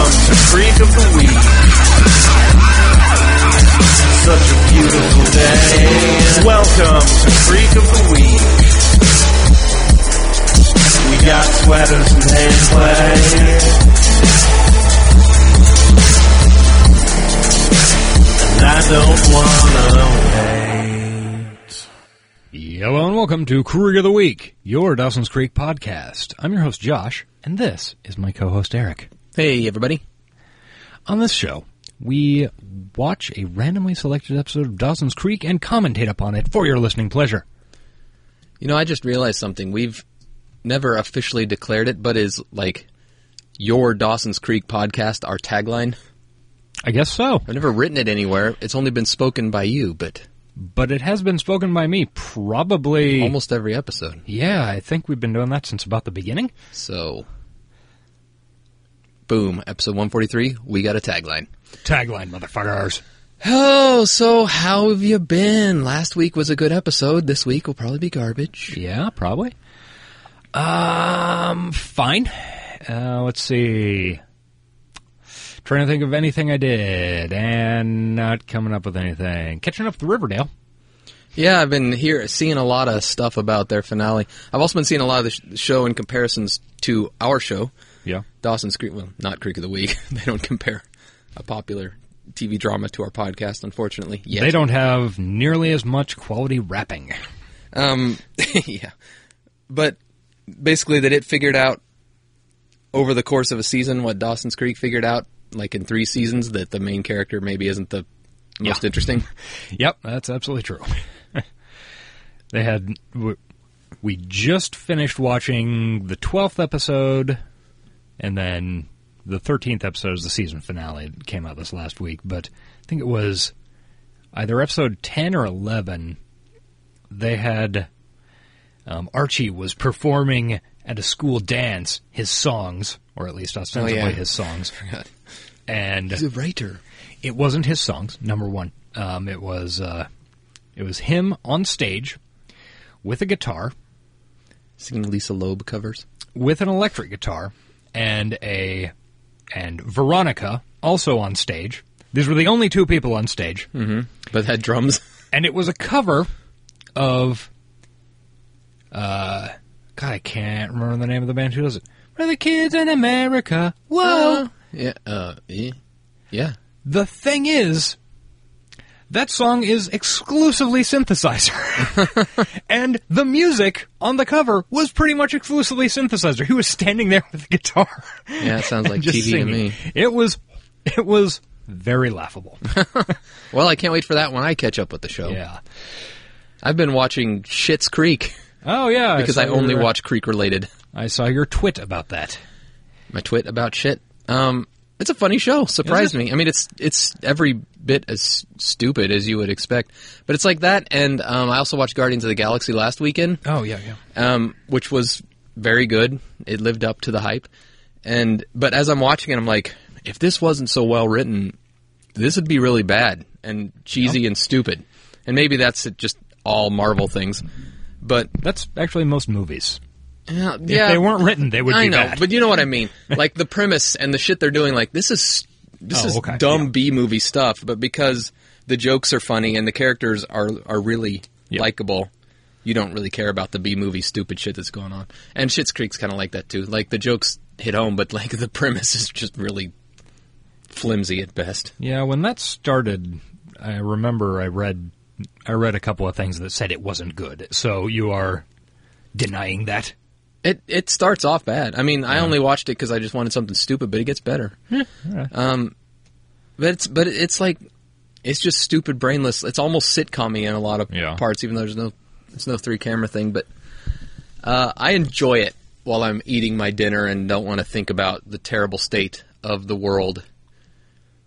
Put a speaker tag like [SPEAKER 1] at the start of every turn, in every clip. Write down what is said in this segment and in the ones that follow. [SPEAKER 1] freak of the week. Such a beautiful day. Welcome to Freak of the Week. We got sweaters and hand play. And I don't wanna wait.
[SPEAKER 2] Hello and welcome to Crew of the Week, your Dawson's Creek podcast. I'm your host Josh, and this is my co-host Eric.
[SPEAKER 3] Hey, everybody.
[SPEAKER 2] On this show, we watch a randomly selected episode of Dawson's Creek and commentate upon it for your listening pleasure.
[SPEAKER 3] You know, I just realized something. We've never officially declared it, but is like your Dawson's Creek podcast our tagline?
[SPEAKER 2] I guess so,
[SPEAKER 3] I've never written it anywhere. It's only been spoken by you, but
[SPEAKER 2] but it has been spoken by me probably.
[SPEAKER 3] almost every episode.
[SPEAKER 2] Yeah, I think we've been doing that since about the beginning.
[SPEAKER 3] So, boom, episode 143, we got a tagline.
[SPEAKER 2] Tagline, motherfuckers.
[SPEAKER 3] Oh, so how have you been? Last week was a good episode. This week will probably be garbage.
[SPEAKER 2] Yeah, probably. Um, fine. Uh, let's see. Trying to think of anything I did, and not coming up with anything. Catching up with Riverdale.
[SPEAKER 3] Yeah, I've been here seeing a lot of stuff about their finale. I've also been seeing a lot of the sh- show in comparisons to our show.
[SPEAKER 2] Yeah.
[SPEAKER 3] Dawson's Creek, well, not Creek of the Week. they don't compare a popular TV drama to our podcast, unfortunately. Yet.
[SPEAKER 2] They don't have nearly as much quality rapping.
[SPEAKER 3] Um, yeah. But basically, that it figured out over the course of a season what Dawson's Creek figured out, like in three seasons, that the main character maybe isn't the most interesting.
[SPEAKER 2] Yep, that's absolutely true. they had. w- We just finished watching the 12th episode, and then the 13th episode is the season finale. It came out this last week, but I think it was either episode 10 or 11. They had. Um, Archie was performing at a school dance his songs, or at least ostensibly
[SPEAKER 3] yeah.
[SPEAKER 2] his songs. And
[SPEAKER 3] He's a writer.
[SPEAKER 2] it wasn't his songs. Number one, um, it was uh, it was him on stage with a guitar,
[SPEAKER 3] Singing Lisa Loeb covers.
[SPEAKER 2] with an electric guitar, and a and Veronica also on stage. These were the only two people on stage,
[SPEAKER 3] But had drums.
[SPEAKER 2] and it was a cover of. Uh, God, I can't remember the name of the band who does it. We're the kids in America. Whoa.
[SPEAKER 3] yeah. Uh, yeah. Yeah.
[SPEAKER 2] The thing is, that song is exclusively synthesizer. and the music on the cover was pretty much exclusively synthesizer. He was standing there with the guitar.
[SPEAKER 3] Yeah, it sounds
[SPEAKER 2] and
[SPEAKER 3] like
[SPEAKER 2] just
[SPEAKER 3] TV to
[SPEAKER 2] singing.
[SPEAKER 3] me.
[SPEAKER 2] It was it was very laughable.
[SPEAKER 3] Well, I can't wait for that when I catch up with the show.
[SPEAKER 2] yeah.
[SPEAKER 3] I've been watching Shit's Creek
[SPEAKER 2] Oh yeah.
[SPEAKER 3] because
[SPEAKER 2] saw
[SPEAKER 3] I only
[SPEAKER 2] your-
[SPEAKER 3] watch Creek related.
[SPEAKER 2] I saw your twit about that.
[SPEAKER 3] My twit about shit. Um, it's a funny show. Surprised me. I mean, it's it's every bit as stupid as you would expect, but it's like that. And um, I also watched Guardians of the Galaxy last weekend,
[SPEAKER 2] Oh yeah, yeah.
[SPEAKER 3] um, which was very good. It lived up to the hype. And but as I'm watching it, I'm like, if this wasn't so well written, this would be really bad and cheesy and stupid. And maybe that's it, just all Marvel things. But
[SPEAKER 2] That's actually most movies.
[SPEAKER 3] yeah,
[SPEAKER 2] If they weren't written, they would
[SPEAKER 3] I
[SPEAKER 2] be
[SPEAKER 3] know,
[SPEAKER 2] bad.
[SPEAKER 3] but you know what I mean. Like the premise and the shit they're doing. Like this is this
[SPEAKER 2] Oh,
[SPEAKER 3] is
[SPEAKER 2] okay,
[SPEAKER 3] dumb
[SPEAKER 2] yeah.
[SPEAKER 3] B movie stuff. But because the jokes are funny and the characters are are really
[SPEAKER 2] Yeah.
[SPEAKER 3] likable, you don't really care about the B movie stupid shit that's going on. And Shit's Creek's kind of like that too. Like the jokes hit home, but like the premise is just really flimsy at best.
[SPEAKER 2] Yeah, when that started, I remember I read I read a couple of things that said it wasn't good. So you are denying that?
[SPEAKER 3] It it starts off bad. I mean, I only watched it because I just wanted something stupid, but it gets better. Um, but it's but it's like it's just stupid, brainless. It's almost sitcom-y in a lot of
[SPEAKER 2] Yeah.
[SPEAKER 3] parts, even though there's no there's no three camera thing. But uh, I enjoy it while I'm eating my dinner and don't want to think about the terrible state of the world.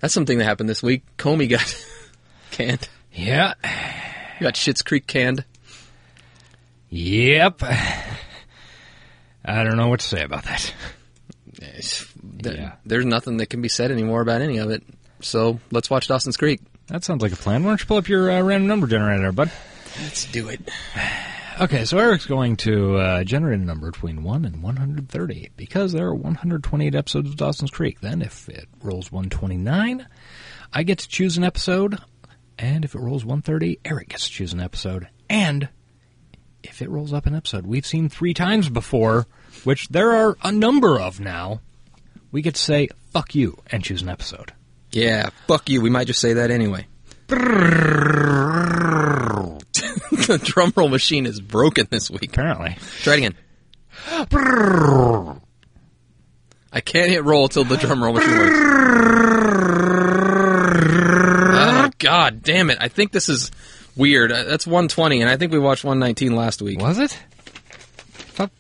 [SPEAKER 3] That's something that happened this week. Comey got canned.
[SPEAKER 2] Yeah.
[SPEAKER 3] He got Shit's Creek canned.
[SPEAKER 2] Yep. I don't know what to say about that.
[SPEAKER 3] It's- there-
[SPEAKER 2] Yeah.
[SPEAKER 3] There's nothing that can be said anymore about any of it. So let's watch Dawson's Creek.
[SPEAKER 2] That sounds like a plan. Why don't you pull up your uh, random number generator, bud?
[SPEAKER 3] Let's do it.
[SPEAKER 2] Okay, so Eric's going to uh, generate a number between 1 and 130 because there are 128 episodes of Dawson's Creek. Then, if it rolls 129, I get to choose an episode. And if it rolls 130, Eric gets to choose an episode. And if it rolls up an episode we've seen three times before, which there are a number of now, we get to say, fuck you, and choose an episode.
[SPEAKER 3] Yeah, fuck you. We might just say that anyway. the drum roll machine is broken this week.
[SPEAKER 2] Apparently.
[SPEAKER 3] Try it again. I can't hit roll till the drum roll machine works. Oh, God damn it. I think this is weird. Uh, That's 120, and I think we watched 119 last week.
[SPEAKER 2] Was it? Thought,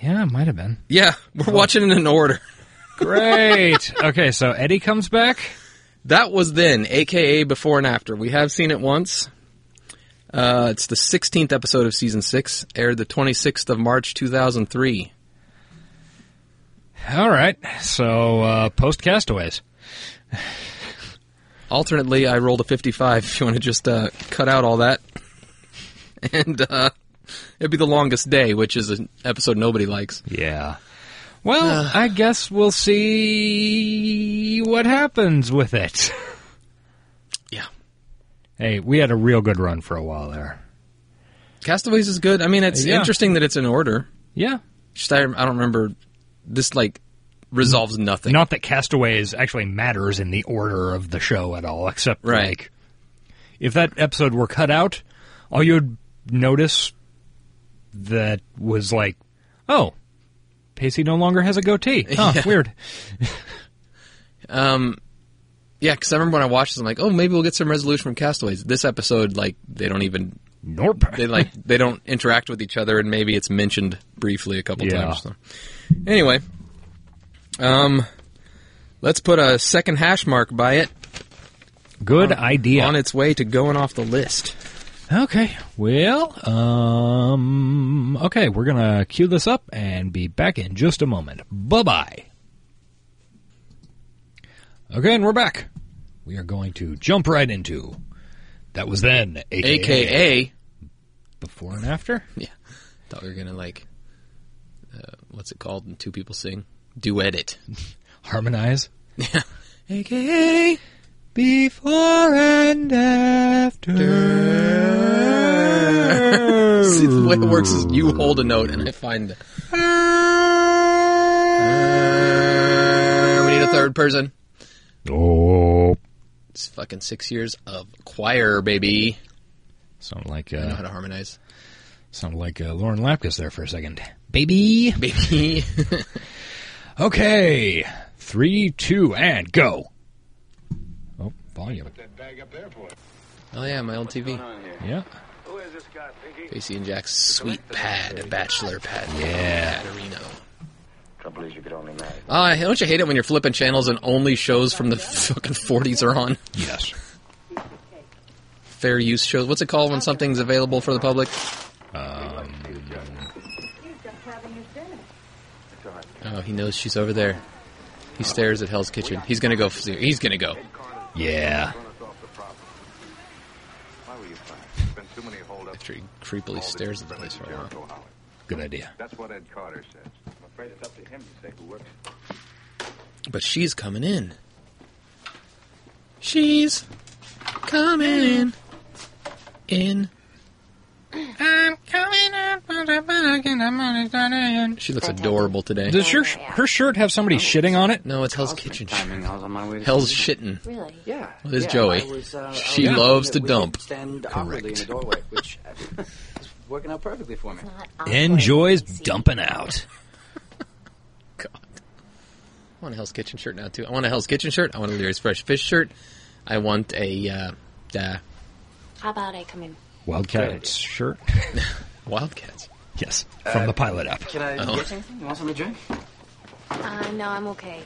[SPEAKER 2] yeah, it might have been.
[SPEAKER 3] Yeah, we're watching it in order.
[SPEAKER 2] Great. okay, so Eddie comes back.
[SPEAKER 3] That was then, aka before and after. We have seen it once. Uh, it's the 16th episode of season 6, aired the 26th of March 2003.
[SPEAKER 2] All right. So uh, post castaways.
[SPEAKER 3] Alternately, I rolled a 55 if you want to just uh, cut out all that. And uh, it'd be the longest day, which is an episode nobody likes.
[SPEAKER 2] Yeah. Well, I guess we'll see what happens with it.
[SPEAKER 3] Yeah.
[SPEAKER 2] Hey, we had a real good run for a while there.
[SPEAKER 3] Castaways is good. I mean, it's
[SPEAKER 2] Yeah.
[SPEAKER 3] interesting that it's in order.
[SPEAKER 2] Yeah.
[SPEAKER 3] Just I, I don't remember. This, like, resolves nothing.
[SPEAKER 2] Not that Castaways actually matters in the order of the show at all, except
[SPEAKER 3] Right.
[SPEAKER 2] like if that episode were cut out, all you'd notice that was like, oh, Pacey no longer has a goatee. Huh,
[SPEAKER 3] Yeah.
[SPEAKER 2] weird.
[SPEAKER 3] Yeah, because I remember when I watched this, I'm like, oh, maybe we'll get some resolution from Castaways. This episode, like, they don't even
[SPEAKER 2] Nope.
[SPEAKER 3] they like they don't interact with each other, and maybe it's mentioned briefly a couple
[SPEAKER 2] Yeah.
[SPEAKER 3] times. So. Anyway, um, let's put a second hash mark by it
[SPEAKER 2] Good idea.
[SPEAKER 3] on its way to going off the list.
[SPEAKER 2] Okay. Well, um, okay, we're going to cue this up and be back in just a moment. Bye bye. Okay, and we're back. We are going to jump right into that was then, aka,
[SPEAKER 3] AKA,
[SPEAKER 2] before and after.
[SPEAKER 3] yeah, thought we were gonna like, uh, what's it called? When two people sing, duet it.
[SPEAKER 2] Harmonize
[SPEAKER 3] Yeah. AKA.
[SPEAKER 2] before and after.
[SPEAKER 3] See, the way it works is you hold a note and I find. Uh, we need a third person.
[SPEAKER 2] Oh,
[SPEAKER 3] It's fucking six years of choir, baby.
[SPEAKER 2] sound like
[SPEAKER 3] I know how
[SPEAKER 2] uh,
[SPEAKER 3] to harmonize,
[SPEAKER 2] sound like uh, Lauren Lapkus there for a second, baby.
[SPEAKER 3] baby.
[SPEAKER 2] Okay, three, two, and go. Oh, volume.
[SPEAKER 4] that bag up there for?
[SPEAKER 3] oh yeah, my old TV.
[SPEAKER 2] Yeah.
[SPEAKER 4] Who is this guy, Pinky?
[SPEAKER 3] Casey and Jack's sweet pad, bachelor pad.
[SPEAKER 2] Yeah.
[SPEAKER 3] Padarino.
[SPEAKER 4] Trouble is, you could only marry.
[SPEAKER 3] Ah, don't you hate it when you're flipping channels and only shows from the fucking 40s are on?
[SPEAKER 2] Yes.
[SPEAKER 3] Fair use shows. What's it called when something's available for the public?
[SPEAKER 4] Um,
[SPEAKER 3] Oh, he knows she's over there. He stares at Hell's Kitchen. He's gonna go. f- He's gonna go.
[SPEAKER 2] Yeah.
[SPEAKER 4] Run us off the problem. Why were you fired? There's been too many holdups.
[SPEAKER 3] After he creepily stares at the place for a while.
[SPEAKER 2] Good idea.
[SPEAKER 4] That's what Ed Carter says. I'm afraid it's up to him to say who works.
[SPEAKER 3] But she's coming in. She's coming in. In.
[SPEAKER 5] I'm coming up with a bag and I'm on it on end.
[SPEAKER 3] She looks adorable today.
[SPEAKER 2] Does your her shirt have somebody shitting on it?
[SPEAKER 3] No, it's Hell's Kitchen.
[SPEAKER 6] Timing, I was on my way to
[SPEAKER 3] Hell's shittin'.
[SPEAKER 7] Really?
[SPEAKER 6] Yeah.
[SPEAKER 3] Well, there's
[SPEAKER 6] yeah,
[SPEAKER 3] Joey.
[SPEAKER 6] I was, uh, I
[SPEAKER 3] She
[SPEAKER 6] was hoping
[SPEAKER 3] loves
[SPEAKER 6] that
[SPEAKER 3] to
[SPEAKER 6] we
[SPEAKER 3] dump.
[SPEAKER 6] could Stand awkwardly in the
[SPEAKER 3] Correct.
[SPEAKER 6] doorway, which uh, is working out perfectly for me.
[SPEAKER 7] Not awkward.
[SPEAKER 2] Enjoys
[SPEAKER 7] See?
[SPEAKER 2] dumping out.
[SPEAKER 3] God. I want a Hell's Kitchen shirt now too. I want a Hell's Kitchen shirt. I want a Leary's Fresh Fish shirt. I want a uh, uh,
[SPEAKER 7] How about I come in?
[SPEAKER 2] Wildcat shirt.
[SPEAKER 3] Wildcats.
[SPEAKER 2] Yes. From the pilot up.
[SPEAKER 6] Can I
[SPEAKER 3] Oh.
[SPEAKER 6] get anything? You want something to drink?
[SPEAKER 7] Uh, no, I'm okay.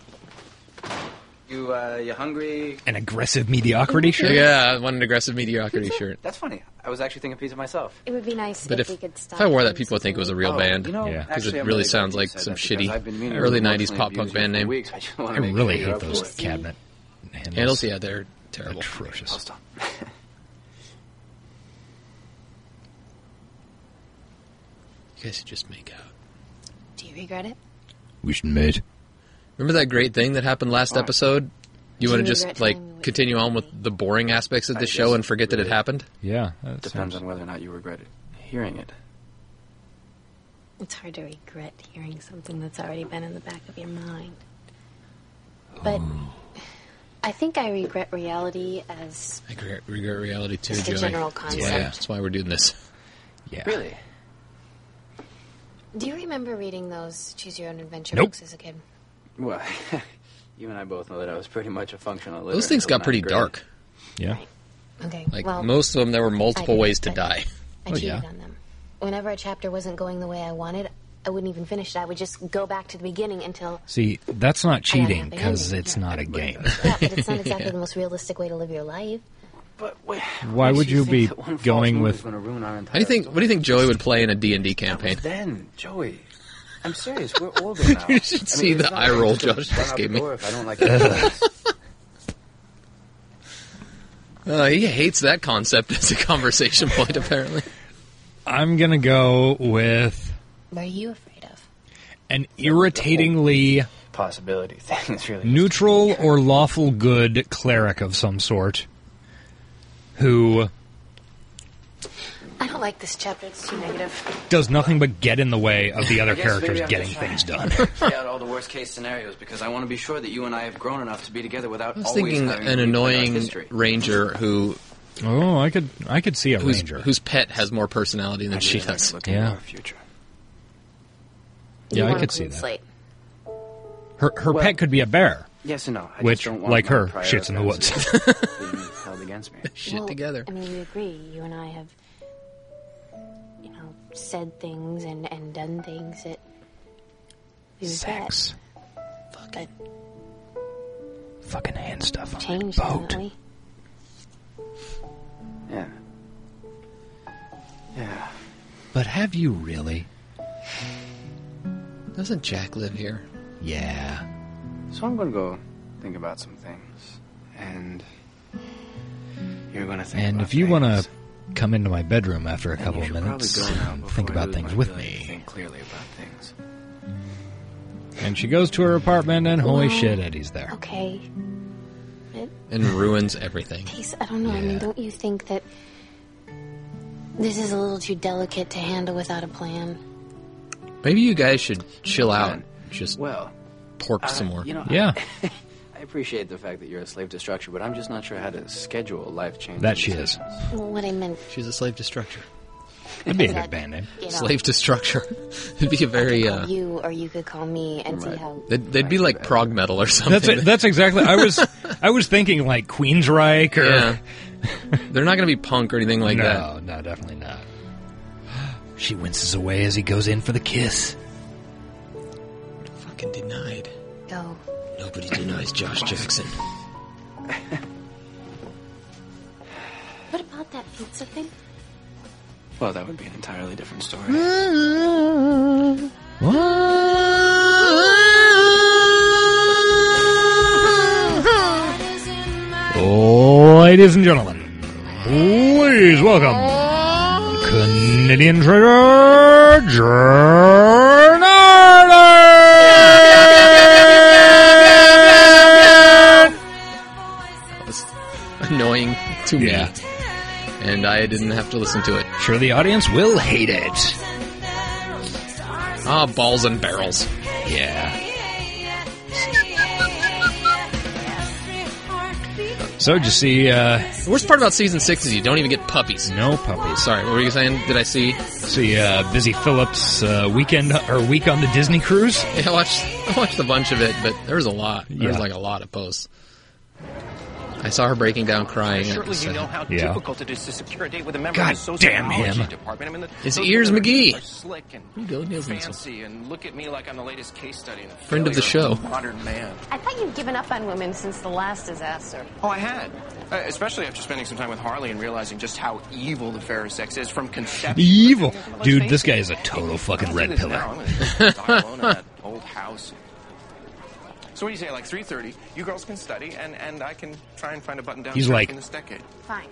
[SPEAKER 6] You, uh, you hungry?
[SPEAKER 2] An aggressive mediocrity shirt.
[SPEAKER 3] Yeah, I want an aggressive mediocrity shirt.
[SPEAKER 6] That's funny. I was actually thinking pizza myself.
[SPEAKER 7] It would be nice
[SPEAKER 3] But
[SPEAKER 7] if,
[SPEAKER 3] if,
[SPEAKER 7] we could
[SPEAKER 3] if
[SPEAKER 7] stop.
[SPEAKER 3] I wore that,
[SPEAKER 7] doing
[SPEAKER 3] people would think it was a
[SPEAKER 7] something.
[SPEAKER 3] real
[SPEAKER 6] oh,
[SPEAKER 3] band.
[SPEAKER 6] You know,
[SPEAKER 2] Yeah. 'Cause
[SPEAKER 6] actually,
[SPEAKER 3] it
[SPEAKER 6] I'm
[SPEAKER 3] really
[SPEAKER 6] glad
[SPEAKER 3] sounds
[SPEAKER 6] you
[SPEAKER 3] like
[SPEAKER 6] said
[SPEAKER 3] some
[SPEAKER 6] that
[SPEAKER 3] shitty
[SPEAKER 6] because I've been meaning to
[SPEAKER 3] early
[SPEAKER 6] emotionally
[SPEAKER 3] 90s pop punk
[SPEAKER 6] abuse you for
[SPEAKER 3] band name.
[SPEAKER 6] Weeks. I, just wanna
[SPEAKER 2] I
[SPEAKER 6] make
[SPEAKER 2] really
[SPEAKER 6] sure you're
[SPEAKER 2] hate
[SPEAKER 6] up for
[SPEAKER 2] those
[SPEAKER 6] it.
[SPEAKER 2] cabinet handles.
[SPEAKER 3] Handles, yeah, they're terrible.
[SPEAKER 2] Atrocious.
[SPEAKER 6] Stop.
[SPEAKER 3] guys should just make out.
[SPEAKER 7] Do you regret it?
[SPEAKER 2] We should mate.
[SPEAKER 3] Remember that great thing that happened last episode? You
[SPEAKER 7] Do
[SPEAKER 3] want to
[SPEAKER 7] you
[SPEAKER 3] just
[SPEAKER 7] regret
[SPEAKER 3] like
[SPEAKER 7] telling me what you
[SPEAKER 3] continue on
[SPEAKER 7] told
[SPEAKER 3] with
[SPEAKER 7] me?
[SPEAKER 3] the boring aspects of
[SPEAKER 6] I
[SPEAKER 3] this
[SPEAKER 6] guess
[SPEAKER 3] show and forget that it
[SPEAKER 6] really-
[SPEAKER 3] happened?
[SPEAKER 2] Yeah. That sounds-
[SPEAKER 6] Depends on whether or not you regret it. Hearing it.
[SPEAKER 7] It's hard to regret hearing something that's already been in the back of your mind. But I think I regret reality as
[SPEAKER 3] I regret, regret reality too,
[SPEAKER 7] Just a
[SPEAKER 3] Joey.
[SPEAKER 7] general
[SPEAKER 3] That's why-
[SPEAKER 7] concept.
[SPEAKER 3] that's why we're doing this.
[SPEAKER 2] Yeah.
[SPEAKER 6] Really?
[SPEAKER 7] Do you remember reading those choose your own adventure
[SPEAKER 2] Nope.
[SPEAKER 7] books as a kid?
[SPEAKER 6] Well, you and I both know that I was pretty much a functional liver.
[SPEAKER 3] Those things
[SPEAKER 6] until
[SPEAKER 3] got pretty
[SPEAKER 6] ninth grade.
[SPEAKER 3] dark.
[SPEAKER 2] Yeah.
[SPEAKER 7] Okay.
[SPEAKER 3] Like
[SPEAKER 7] well,
[SPEAKER 3] most oh, of them, there were multiple
[SPEAKER 7] did,
[SPEAKER 3] ways to
[SPEAKER 7] but-
[SPEAKER 3] die.
[SPEAKER 7] I cheated
[SPEAKER 2] yeah.
[SPEAKER 7] on them. Whenever a chapter wasn't going the way I wanted, I wouldn't even finish it. I would just go back to the beginning until
[SPEAKER 2] See, that's not cheating
[SPEAKER 7] happy
[SPEAKER 2] because
[SPEAKER 7] ending.
[SPEAKER 2] it's
[SPEAKER 7] Yeah.
[SPEAKER 2] not a game.
[SPEAKER 7] yeah, but it's not exactly the most realistic way to live your life.
[SPEAKER 6] But wait,
[SPEAKER 2] Why would you be going with-
[SPEAKER 6] Going to ruin our
[SPEAKER 3] How
[SPEAKER 6] entire
[SPEAKER 3] do you think? What do you think Joey would play in a D and D campaign?
[SPEAKER 6] Then, Joey. I'm serious. We're older now. you
[SPEAKER 3] should see the eye roll Josh just gave me.
[SPEAKER 6] If I don't like it.
[SPEAKER 3] Uh, he hates that concept as a conversation point. Apparently,
[SPEAKER 2] I'm gonna go with
[SPEAKER 7] What are you afraid of?
[SPEAKER 2] an irritatingly
[SPEAKER 6] possibility thing is really
[SPEAKER 2] neutral or lawful good cleric of some sort who
[SPEAKER 7] I don't like this chapter. It's too negative.
[SPEAKER 2] does nothing but get in the way of the other
[SPEAKER 6] guess maybe
[SPEAKER 2] characters
[SPEAKER 6] I'm
[SPEAKER 2] getting
[SPEAKER 6] just trying.
[SPEAKER 2] things done.
[SPEAKER 6] Play out all the worst case scenarios because I want to be sure that you and I have grown enough to be together without
[SPEAKER 3] I was
[SPEAKER 6] always
[SPEAKER 3] thinking
[SPEAKER 6] having
[SPEAKER 3] an
[SPEAKER 6] to replay our
[SPEAKER 3] annoying
[SPEAKER 6] history.
[SPEAKER 3] ranger who
[SPEAKER 2] oh, I could I could see a
[SPEAKER 3] whose,
[SPEAKER 2] ranger.
[SPEAKER 3] whose pet has more personality than
[SPEAKER 6] I
[SPEAKER 3] she
[SPEAKER 6] really like
[SPEAKER 3] does.
[SPEAKER 6] looking
[SPEAKER 2] Yeah.
[SPEAKER 6] at Our future.
[SPEAKER 2] Yeah,
[SPEAKER 7] you
[SPEAKER 2] I
[SPEAKER 7] want a
[SPEAKER 2] could see
[SPEAKER 7] clean
[SPEAKER 2] that.
[SPEAKER 7] Slate.
[SPEAKER 2] her her
[SPEAKER 6] Well-
[SPEAKER 2] pet could be a bear.
[SPEAKER 6] Yes and no. I
[SPEAKER 2] Which,
[SPEAKER 6] just don't want
[SPEAKER 2] like
[SPEAKER 6] my
[SPEAKER 2] her,
[SPEAKER 6] prior
[SPEAKER 2] shits in the woods.
[SPEAKER 6] offenses being held against me.
[SPEAKER 3] Shit
[SPEAKER 7] Well,
[SPEAKER 3] together.
[SPEAKER 7] I mean, we agree. You and I have, you know, said things and, and done things that we regret. But
[SPEAKER 2] Fucking hand stuff on
[SPEAKER 7] changed, haven't we?
[SPEAKER 6] Yeah. Yeah.
[SPEAKER 2] But have you really?
[SPEAKER 3] Doesn't Jack live here?
[SPEAKER 2] Yeah.
[SPEAKER 6] So I'm gonna go think about some things, and you're gonna think.
[SPEAKER 2] And
[SPEAKER 6] about
[SPEAKER 2] if you want
[SPEAKER 6] things.
[SPEAKER 2] to come into my bedroom after a
[SPEAKER 6] Then
[SPEAKER 2] couple
[SPEAKER 6] you
[SPEAKER 2] of
[SPEAKER 6] should
[SPEAKER 2] minutes,
[SPEAKER 6] probably go now
[SPEAKER 2] um,
[SPEAKER 6] before
[SPEAKER 2] think
[SPEAKER 6] I
[SPEAKER 2] about
[SPEAKER 6] lose
[SPEAKER 2] things
[SPEAKER 6] my
[SPEAKER 2] with
[SPEAKER 6] ability to
[SPEAKER 2] me.
[SPEAKER 6] Think clearly about things.
[SPEAKER 2] And she goes to her apartment, and holy
[SPEAKER 7] Well,
[SPEAKER 2] shit, Eddie's there.
[SPEAKER 7] Okay.
[SPEAKER 3] And ruins everything.
[SPEAKER 7] Case, I don't know. I mean,
[SPEAKER 2] Yeah.
[SPEAKER 7] don't you think that this is a little too delicate to handle without a plan?
[SPEAKER 3] Maybe you guys should chill out.
[SPEAKER 6] Man.
[SPEAKER 3] Just
[SPEAKER 6] Well,
[SPEAKER 3] pork
[SPEAKER 6] uh,
[SPEAKER 3] some more.
[SPEAKER 6] You know,
[SPEAKER 2] Yeah,
[SPEAKER 6] I, I appreciate the fact that you're a slave to structure, but I'm just not sure how to schedule life changes.
[SPEAKER 2] that she is.
[SPEAKER 7] Well, what I meant,
[SPEAKER 3] She's a slave to structure.
[SPEAKER 2] That'd be a
[SPEAKER 7] That-
[SPEAKER 2] good band name.
[SPEAKER 7] you know,
[SPEAKER 3] Slave to structure. It'd be a very. Uh,
[SPEAKER 7] you or you could call me and see how.
[SPEAKER 3] they'd, they'd be like prog metal or something.
[SPEAKER 2] That's it, that's exactly. I was I was thinking like Queensryche or
[SPEAKER 3] yeah. They're not going to be punk or anything like
[SPEAKER 2] no,
[SPEAKER 3] that.
[SPEAKER 2] no, definitely not. She winces away as he goes in for the kiss.
[SPEAKER 3] Fucking denied.
[SPEAKER 7] Go.
[SPEAKER 3] Nobody denies Josh Jackson.
[SPEAKER 7] What about that pizza thing?
[SPEAKER 6] Well, that would be an entirely different
[SPEAKER 2] Mm-hmm.
[SPEAKER 6] story.
[SPEAKER 2] Ladies and gentlemen, please welcome Canadian Treasure Jernardo!
[SPEAKER 3] That's annoying to me.
[SPEAKER 2] Yeah.
[SPEAKER 3] And I didn't have to listen to it.
[SPEAKER 2] Sure, the audience will hate it.
[SPEAKER 3] Ah, balls and barrels.
[SPEAKER 2] Yeah. So did you see uh,
[SPEAKER 3] The worst part about season six is you don't even get puppies.
[SPEAKER 2] no puppies?
[SPEAKER 3] Sorry, what were you saying? Did I see?
[SPEAKER 2] See uh, Busy Phillips uh, weekend or week on the Disney cruise?
[SPEAKER 3] Yeah, I watched I watched a bunch of it, but there was a lot. There was
[SPEAKER 2] Yeah.
[SPEAKER 3] like a lot of posts. I saw her breaking down crying. It was
[SPEAKER 8] Surely you
[SPEAKER 3] sad.
[SPEAKER 8] know how
[SPEAKER 2] uh, Yeah.
[SPEAKER 8] difficult it is to secure a date with a member
[SPEAKER 2] God
[SPEAKER 8] of the
[SPEAKER 2] damn him.
[SPEAKER 8] sociology department. I mean, the
[SPEAKER 3] It's
[SPEAKER 8] those
[SPEAKER 3] Ears
[SPEAKER 8] little
[SPEAKER 3] McGee.
[SPEAKER 8] kids are Slick and
[SPEAKER 3] Dylan Ears McGee.
[SPEAKER 8] fancy, and look at me like I'm the latest case study. In
[SPEAKER 3] Friend of the
[SPEAKER 8] failure
[SPEAKER 3] show.
[SPEAKER 8] modern man.
[SPEAKER 7] I thought you'd given up on women since the last disaster.
[SPEAKER 8] Oh, I had. Uh, especially after spending some time with Harley and realizing just how evil the fairer sex is from conception.
[SPEAKER 2] Evil.
[SPEAKER 8] Let's
[SPEAKER 2] Dude,
[SPEAKER 8] face
[SPEAKER 2] this
[SPEAKER 8] it,
[SPEAKER 2] guy is a total fucking
[SPEAKER 8] I'm
[SPEAKER 2] red
[SPEAKER 8] doing this
[SPEAKER 2] pillar.
[SPEAKER 8] now. I'm gonna die alone in that old house. So what do you say, like 3.30, you girls can study, and, and I can try and find a button down
[SPEAKER 2] He's like-
[SPEAKER 8] in this decade.
[SPEAKER 7] Fine.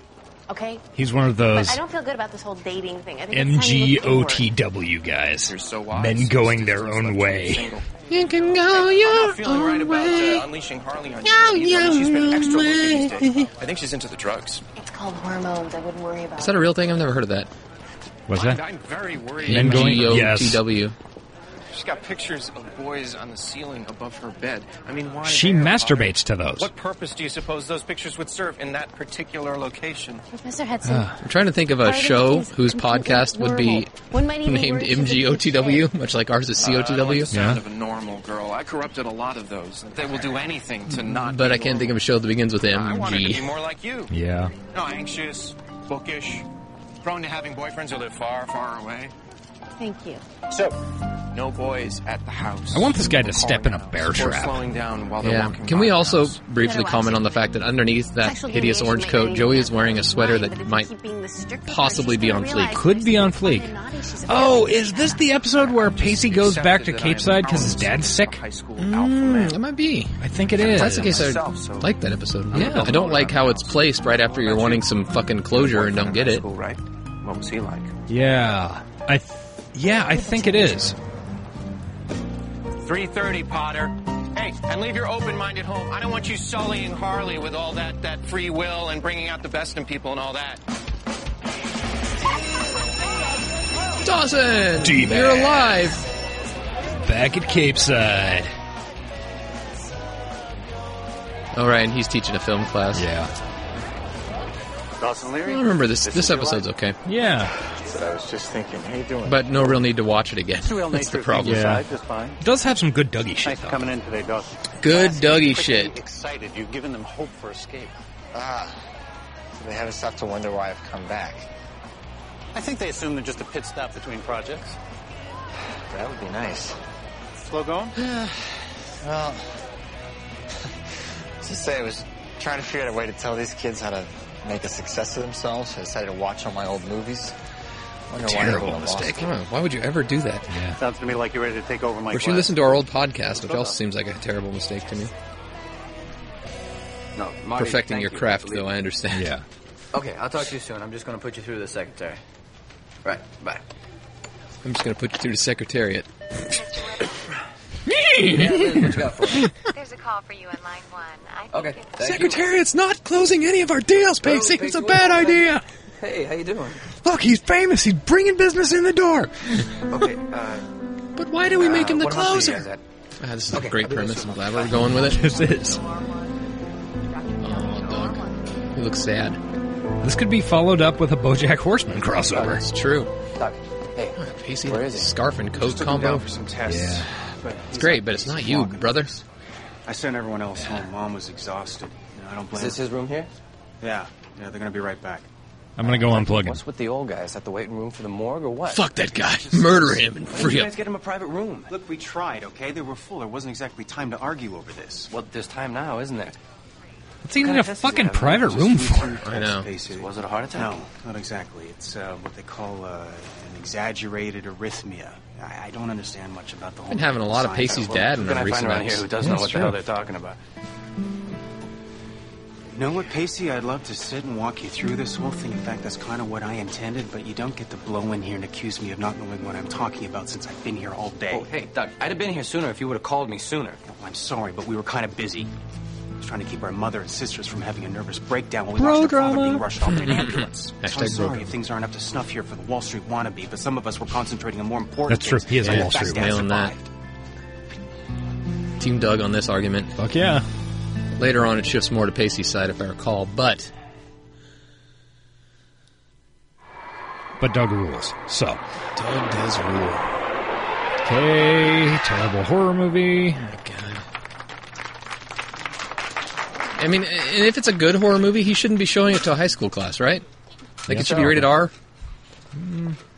[SPEAKER 7] Okay?
[SPEAKER 2] He's one of those
[SPEAKER 7] But I don't feel good about this whole dating thing. I think it's time you looked inward.
[SPEAKER 2] MGOTW guys.
[SPEAKER 8] You're so wise.
[SPEAKER 2] Men going their
[SPEAKER 8] Still
[SPEAKER 2] own
[SPEAKER 8] slept with a
[SPEAKER 2] way.
[SPEAKER 8] single.
[SPEAKER 5] You can
[SPEAKER 2] Oh,
[SPEAKER 5] go
[SPEAKER 8] I'm
[SPEAKER 5] your
[SPEAKER 8] not feeling right
[SPEAKER 5] own
[SPEAKER 8] about
[SPEAKER 5] way.
[SPEAKER 8] uh, unleashing Harley on you.
[SPEAKER 5] Yeah,
[SPEAKER 8] either.
[SPEAKER 5] yeah,
[SPEAKER 8] She's been
[SPEAKER 5] yeah,
[SPEAKER 8] extra loose
[SPEAKER 5] yeah.
[SPEAKER 8] these days. I think she's into the drugs.
[SPEAKER 7] It's called hormones. I wouldn't worry about
[SPEAKER 3] Is that a real thing? I've never heard of that.
[SPEAKER 2] What's
[SPEAKER 8] I'm,
[SPEAKER 2] that?
[SPEAKER 8] I'm very worried.
[SPEAKER 2] Men
[SPEAKER 8] about-
[SPEAKER 2] going- yes.
[SPEAKER 3] MGOTW.
[SPEAKER 8] She's got pictures of boys on the ceiling above her bed. I mean, why?
[SPEAKER 2] She
[SPEAKER 8] there,
[SPEAKER 2] masturbates to
[SPEAKER 8] Potter?
[SPEAKER 2] those.
[SPEAKER 8] What purpose do you suppose those pictures would serve in that particular location?
[SPEAKER 7] it. Professor Hudson.
[SPEAKER 3] I'm trying to think of a
[SPEAKER 7] Part of it
[SPEAKER 3] show
[SPEAKER 7] is
[SPEAKER 3] whose
[SPEAKER 7] completely
[SPEAKER 3] podcast would be
[SPEAKER 7] normal. One might even
[SPEAKER 3] named
[SPEAKER 7] work to the
[SPEAKER 3] MGOTW, much like ours is
[SPEAKER 8] Uh, I don't like the
[SPEAKER 3] COTW.
[SPEAKER 8] sound
[SPEAKER 2] Yeah.
[SPEAKER 8] of a normal girl. I corrupted a lot of those. They will do anything to not.
[SPEAKER 3] Mm-hmm. But
[SPEAKER 8] be
[SPEAKER 3] I can't think of
[SPEAKER 8] normal.
[SPEAKER 3] a show that begins with
[SPEAKER 8] I wanted to be
[SPEAKER 3] MG.
[SPEAKER 8] more like you.
[SPEAKER 2] Yeah.
[SPEAKER 8] No, anxious, bookish, prone to having boyfriends who live far, far away.
[SPEAKER 7] Thank you.
[SPEAKER 8] So, no boys at the house.
[SPEAKER 2] I want this guy to
[SPEAKER 8] Or
[SPEAKER 2] step in a
[SPEAKER 8] calling
[SPEAKER 2] bear
[SPEAKER 8] out, or
[SPEAKER 2] trap.
[SPEAKER 8] slowing down while they're
[SPEAKER 3] Yeah.
[SPEAKER 8] walking
[SPEAKER 3] Can
[SPEAKER 8] by
[SPEAKER 3] we
[SPEAKER 8] the
[SPEAKER 3] also
[SPEAKER 8] house.
[SPEAKER 3] briefly comment on the fact that underneath that
[SPEAKER 7] Sexual
[SPEAKER 3] hideous
[SPEAKER 7] deviation
[SPEAKER 3] orange
[SPEAKER 7] might
[SPEAKER 3] coat,
[SPEAKER 7] not
[SPEAKER 3] Joey
[SPEAKER 7] even
[SPEAKER 3] is wearing a
[SPEAKER 7] happen
[SPEAKER 3] sweater
[SPEAKER 7] online, but
[SPEAKER 3] that
[SPEAKER 7] if you
[SPEAKER 3] might.
[SPEAKER 7] keep being the strict
[SPEAKER 3] possibly be
[SPEAKER 7] person,
[SPEAKER 3] on
[SPEAKER 7] you realize
[SPEAKER 3] fleek.
[SPEAKER 7] there's
[SPEAKER 2] Could be on
[SPEAKER 7] something
[SPEAKER 2] fleek.
[SPEAKER 7] naughty she's about
[SPEAKER 2] Oh,
[SPEAKER 7] to
[SPEAKER 2] is
[SPEAKER 7] do.
[SPEAKER 2] this the episode where Pacey goes back to
[SPEAKER 8] Accepted that I am
[SPEAKER 2] Capeside because his
[SPEAKER 8] powerless,
[SPEAKER 2] dad's
[SPEAKER 8] a
[SPEAKER 2] sick?
[SPEAKER 8] High school alpha male.
[SPEAKER 3] It might be.
[SPEAKER 2] I think it is.
[SPEAKER 3] That's the case. I
[SPEAKER 8] Myself, so-
[SPEAKER 3] like that episode.
[SPEAKER 8] I'm a
[SPEAKER 3] Yeah, I
[SPEAKER 8] double
[SPEAKER 3] don't like how
[SPEAKER 8] around.
[SPEAKER 3] it's placed right after you're wanting some fucking closure and don't get it.
[SPEAKER 8] School, right? What was he like?
[SPEAKER 2] Yeah. I th- yeah, I think it is.
[SPEAKER 8] 3:30, Potter. Hey, and leave your open mind at home. I don't want you sullying Harley with all that that free will and bringing out the best in people and all that.
[SPEAKER 3] Dawson,
[SPEAKER 2] D-Man.
[SPEAKER 3] you're alive.
[SPEAKER 2] Back at Capeside.
[SPEAKER 3] Oh, right, and he's teaching a film class.
[SPEAKER 2] Yeah.
[SPEAKER 4] Dawson
[SPEAKER 3] I
[SPEAKER 4] Leary.
[SPEAKER 3] don't remember this. This
[SPEAKER 4] is your
[SPEAKER 3] episode's
[SPEAKER 4] life.
[SPEAKER 3] okay,
[SPEAKER 2] Yeah.
[SPEAKER 4] Said I was just thinking, how you doing?
[SPEAKER 3] but no real need to watch it again.
[SPEAKER 4] It's the real
[SPEAKER 3] That's
[SPEAKER 4] nature
[SPEAKER 3] the
[SPEAKER 4] of things
[SPEAKER 3] problem.
[SPEAKER 2] Yeah.
[SPEAKER 4] aside, just fine.
[SPEAKER 2] It does have some good Dougie shit,
[SPEAKER 4] Thanks for
[SPEAKER 2] though.
[SPEAKER 4] coming in today, Dawson.
[SPEAKER 3] Good
[SPEAKER 4] Last
[SPEAKER 3] Dougie
[SPEAKER 4] week, pretty
[SPEAKER 3] shit.
[SPEAKER 4] Excited, you've given them hope for escape. Ah, so they haven't stopped to wonder why I've come back. I think they assume they're just a pit stop between projects. That would be nice. Slow going?
[SPEAKER 9] Well, let's just say I was trying to figure out a way to tell these kids how to make a success of themselves. I decided to watch all my old movies. Wonder why
[SPEAKER 2] Terrible
[SPEAKER 9] everyone lost
[SPEAKER 2] mistake.
[SPEAKER 9] it.
[SPEAKER 3] Oh, why would you ever do that?
[SPEAKER 4] Sounds to me like you're ready to take over my
[SPEAKER 3] Or
[SPEAKER 4] class.
[SPEAKER 3] should you listen to our old podcast, which also seems like a terrible mistake to me.
[SPEAKER 9] No, Marty,
[SPEAKER 3] Perfecting
[SPEAKER 9] thank
[SPEAKER 3] your
[SPEAKER 9] you.
[SPEAKER 3] craft,
[SPEAKER 9] Believe
[SPEAKER 3] though, I understand.
[SPEAKER 2] Yeah.
[SPEAKER 9] me. Okay, I'll talk to you soon. I'm just going to put you through to the secretary. Right, bye.
[SPEAKER 3] I'm just going to put you through to Secretariat.
[SPEAKER 9] Yeah, Liz, what you got for me?
[SPEAKER 10] There's a call for you in line one. I think
[SPEAKER 9] Okay,
[SPEAKER 10] it's-
[SPEAKER 9] thank
[SPEAKER 2] Secretariat's not closing any of our deals, Pacey.
[SPEAKER 9] Pacey,
[SPEAKER 2] It's a
[SPEAKER 9] what-
[SPEAKER 2] bad idea.
[SPEAKER 9] you. Hey, how you doing?
[SPEAKER 2] Look, he's famous. He's bringing business in the door.
[SPEAKER 9] Okay, uh,
[SPEAKER 2] But why do we make him the
[SPEAKER 9] uh, what about you
[SPEAKER 2] closer?
[SPEAKER 9] guys at?
[SPEAKER 3] Ah, this is
[SPEAKER 9] Okay,
[SPEAKER 3] a great
[SPEAKER 9] I'll do this
[SPEAKER 3] premise.
[SPEAKER 9] one.
[SPEAKER 3] I'm glad we're going with it.
[SPEAKER 2] This is.
[SPEAKER 3] Oh, Doug. You look sad.
[SPEAKER 2] This could be followed up with a BoJack Horseman crossover.
[SPEAKER 3] It's true.
[SPEAKER 9] Doug, hey,
[SPEAKER 3] Ah, Pacey,
[SPEAKER 9] Where is he?
[SPEAKER 3] scarf and coat
[SPEAKER 4] Just took him down
[SPEAKER 3] combo.
[SPEAKER 4] for some tests.
[SPEAKER 2] Yeah.
[SPEAKER 4] But
[SPEAKER 3] It's great, but it's not you, brother.
[SPEAKER 4] I sent everyone else home. Mom was exhausted. You know, I don't
[SPEAKER 9] is
[SPEAKER 4] blame
[SPEAKER 9] this
[SPEAKER 4] her.
[SPEAKER 9] his room here?
[SPEAKER 4] Yeah, yeah, they're gonna be right back.
[SPEAKER 2] I'm gonna go unplug him.
[SPEAKER 9] What's with the old guy? Is that the waiting room for the morgue or what?
[SPEAKER 3] Fuck that guy. Murder him and
[SPEAKER 9] Why did
[SPEAKER 3] free
[SPEAKER 9] you
[SPEAKER 3] him.
[SPEAKER 9] guys get him a private room?
[SPEAKER 4] Look, we tried, okay? They were full. There wasn't exactly time to argue over this.
[SPEAKER 9] Well, there's time now, isn't there?
[SPEAKER 2] What's he need a
[SPEAKER 9] Contest is
[SPEAKER 2] fucking
[SPEAKER 9] happening.
[SPEAKER 2] private room for?
[SPEAKER 3] I know.
[SPEAKER 9] Was it a heart attack?
[SPEAKER 4] No, not exactly. It's uh, what they call uh, an exaggerated arrhythmia. I, I don't understand much about the whole.
[SPEAKER 3] Been having a lot of
[SPEAKER 4] science.
[SPEAKER 3] Pacey's dad in
[SPEAKER 9] Who can I
[SPEAKER 3] our
[SPEAKER 9] find
[SPEAKER 3] recent
[SPEAKER 9] around here
[SPEAKER 3] episodes.
[SPEAKER 9] who doesn't
[SPEAKER 2] Yeah,
[SPEAKER 9] know what
[SPEAKER 2] sure.
[SPEAKER 9] the hell they're talking about?
[SPEAKER 4] You know what, Pacey? I'd love to sit and walk you through this whole thing. In fact, that's kind of what I intended. But you don't get to blow in here and accuse me of not knowing what I'm talking about since I've been here all day.
[SPEAKER 9] Oh, hey, Doug, I'd have been here sooner if you would have called me sooner.
[SPEAKER 4] No, I'm sorry, but we were kind of busy. I was trying to keep our mher and sisters from having a nervous breakdown when we
[SPEAKER 2] Bro
[SPEAKER 4] watched their father
[SPEAKER 2] drama.
[SPEAKER 4] being rushed off to an ambulance. so
[SPEAKER 3] Hashtag
[SPEAKER 4] I'm
[SPEAKER 3] bro
[SPEAKER 4] sorry
[SPEAKER 3] drama.
[SPEAKER 4] if things aren't up to snuff here for the Wall Street wannabe, but some of us were concentrating on more important
[SPEAKER 2] That's true.
[SPEAKER 4] things.
[SPEAKER 2] He is a
[SPEAKER 4] and
[SPEAKER 2] Wall
[SPEAKER 4] the fact
[SPEAKER 2] Street
[SPEAKER 4] that I
[SPEAKER 3] whale in that.
[SPEAKER 4] survived.
[SPEAKER 3] Team Doug on this argument.
[SPEAKER 2] Fuck yeah.
[SPEAKER 3] Later on, it shifts more to Pacey's side, if I recall, but
[SPEAKER 2] But Doug rules. So.
[SPEAKER 3] Doug does rule.
[SPEAKER 2] Okay, terrible horror movie.
[SPEAKER 3] I mean, and if it's a good horror movie, he shouldn't be showing it to a high school class, right? Like
[SPEAKER 2] Yeah.
[SPEAKER 3] it should be rated R.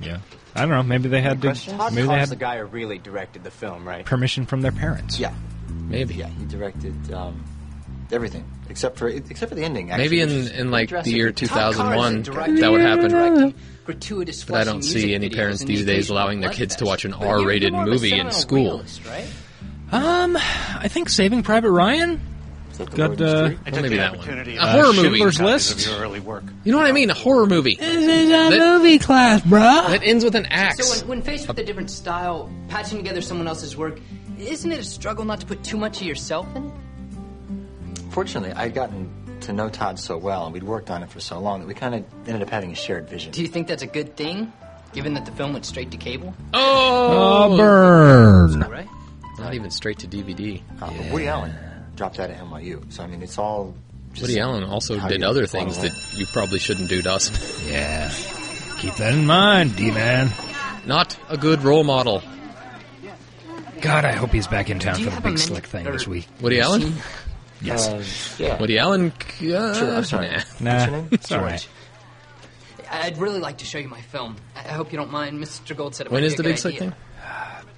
[SPEAKER 2] Yeah. I don't know. Maybe they had to, maybe they had
[SPEAKER 9] guy who really directed the film, right?
[SPEAKER 2] permission from their parents.
[SPEAKER 9] Yeah,
[SPEAKER 3] Maybe.
[SPEAKER 9] yeah, he directed um, everything except for except for the ending. Actually,
[SPEAKER 3] Maybe
[SPEAKER 9] which
[SPEAKER 3] in,
[SPEAKER 9] is
[SPEAKER 3] in like the
[SPEAKER 9] drastic.
[SPEAKER 3] year
[SPEAKER 9] Tom
[SPEAKER 3] 2001,
[SPEAKER 9] Carnes directed
[SPEAKER 3] that would happen.
[SPEAKER 9] gratuitous.
[SPEAKER 3] But I don't
[SPEAKER 9] flashy
[SPEAKER 3] see
[SPEAKER 9] music
[SPEAKER 3] any
[SPEAKER 9] videos
[SPEAKER 3] parents
[SPEAKER 9] and
[SPEAKER 3] these
[SPEAKER 9] the
[SPEAKER 3] days
[SPEAKER 9] occasional
[SPEAKER 3] allowing their
[SPEAKER 9] blood
[SPEAKER 3] kids to
[SPEAKER 9] fest.
[SPEAKER 3] watch an
[SPEAKER 9] But you're- you're
[SPEAKER 3] R-rated
[SPEAKER 9] more of a
[SPEAKER 3] movie in
[SPEAKER 9] seminal
[SPEAKER 3] school.
[SPEAKER 9] realist, right?
[SPEAKER 2] Um, I think Saving Private Ryan Got uh,
[SPEAKER 8] I took the opportunity
[SPEAKER 3] A
[SPEAKER 8] to
[SPEAKER 3] horror
[SPEAKER 8] shoot
[SPEAKER 3] movie.
[SPEAKER 8] copies of
[SPEAKER 3] List?
[SPEAKER 8] your early work.
[SPEAKER 3] You know what I mean? A horror movie. This
[SPEAKER 2] is a movie class, bruh.
[SPEAKER 3] That ends with an axe.
[SPEAKER 11] So when, when faced with a different style, patching together someone else's work, isn't it a struggle not to put too much of yourself in?
[SPEAKER 9] Fortunately, I'd gotten to know Todd so well, and we'd worked on it for so long that we kind of ended up having a shared vision.
[SPEAKER 11] Do you think that's a good thing, given that the film went straight to cable?
[SPEAKER 3] Oh,
[SPEAKER 2] burn.
[SPEAKER 11] Right?
[SPEAKER 3] Not even straight to DVD.
[SPEAKER 9] Uh, but Woody Allen dropped out of NYU, so I mean, it's all. Just
[SPEAKER 3] Woody Allen oh. also
[SPEAKER 9] how
[SPEAKER 3] did
[SPEAKER 9] you
[SPEAKER 3] other
[SPEAKER 9] follow
[SPEAKER 3] things
[SPEAKER 9] that.
[SPEAKER 3] that you probably shouldn't do, Dustin.
[SPEAKER 2] Yeah. Keep that in mind, D man.
[SPEAKER 3] Not a good role model.
[SPEAKER 2] God, I hope he's back in town
[SPEAKER 3] Do you
[SPEAKER 2] for the
[SPEAKER 3] have a
[SPEAKER 2] big
[SPEAKER 3] minute?
[SPEAKER 2] slick thing this week.
[SPEAKER 3] Woody Allen?
[SPEAKER 2] Yes.
[SPEAKER 6] Uh,
[SPEAKER 9] yeah.
[SPEAKER 3] Woody Allen. Uh,
[SPEAKER 9] Sure, I'm sorry.
[SPEAKER 2] Nah,
[SPEAKER 9] What's your name?
[SPEAKER 2] it's all right.
[SPEAKER 11] I'd really like to show you my film. I I hope you don't mind. Mr. Gold said it
[SPEAKER 3] When
[SPEAKER 11] might
[SPEAKER 3] is
[SPEAKER 11] be a
[SPEAKER 3] the big
[SPEAKER 11] good
[SPEAKER 3] slick
[SPEAKER 11] idea.
[SPEAKER 3] thing?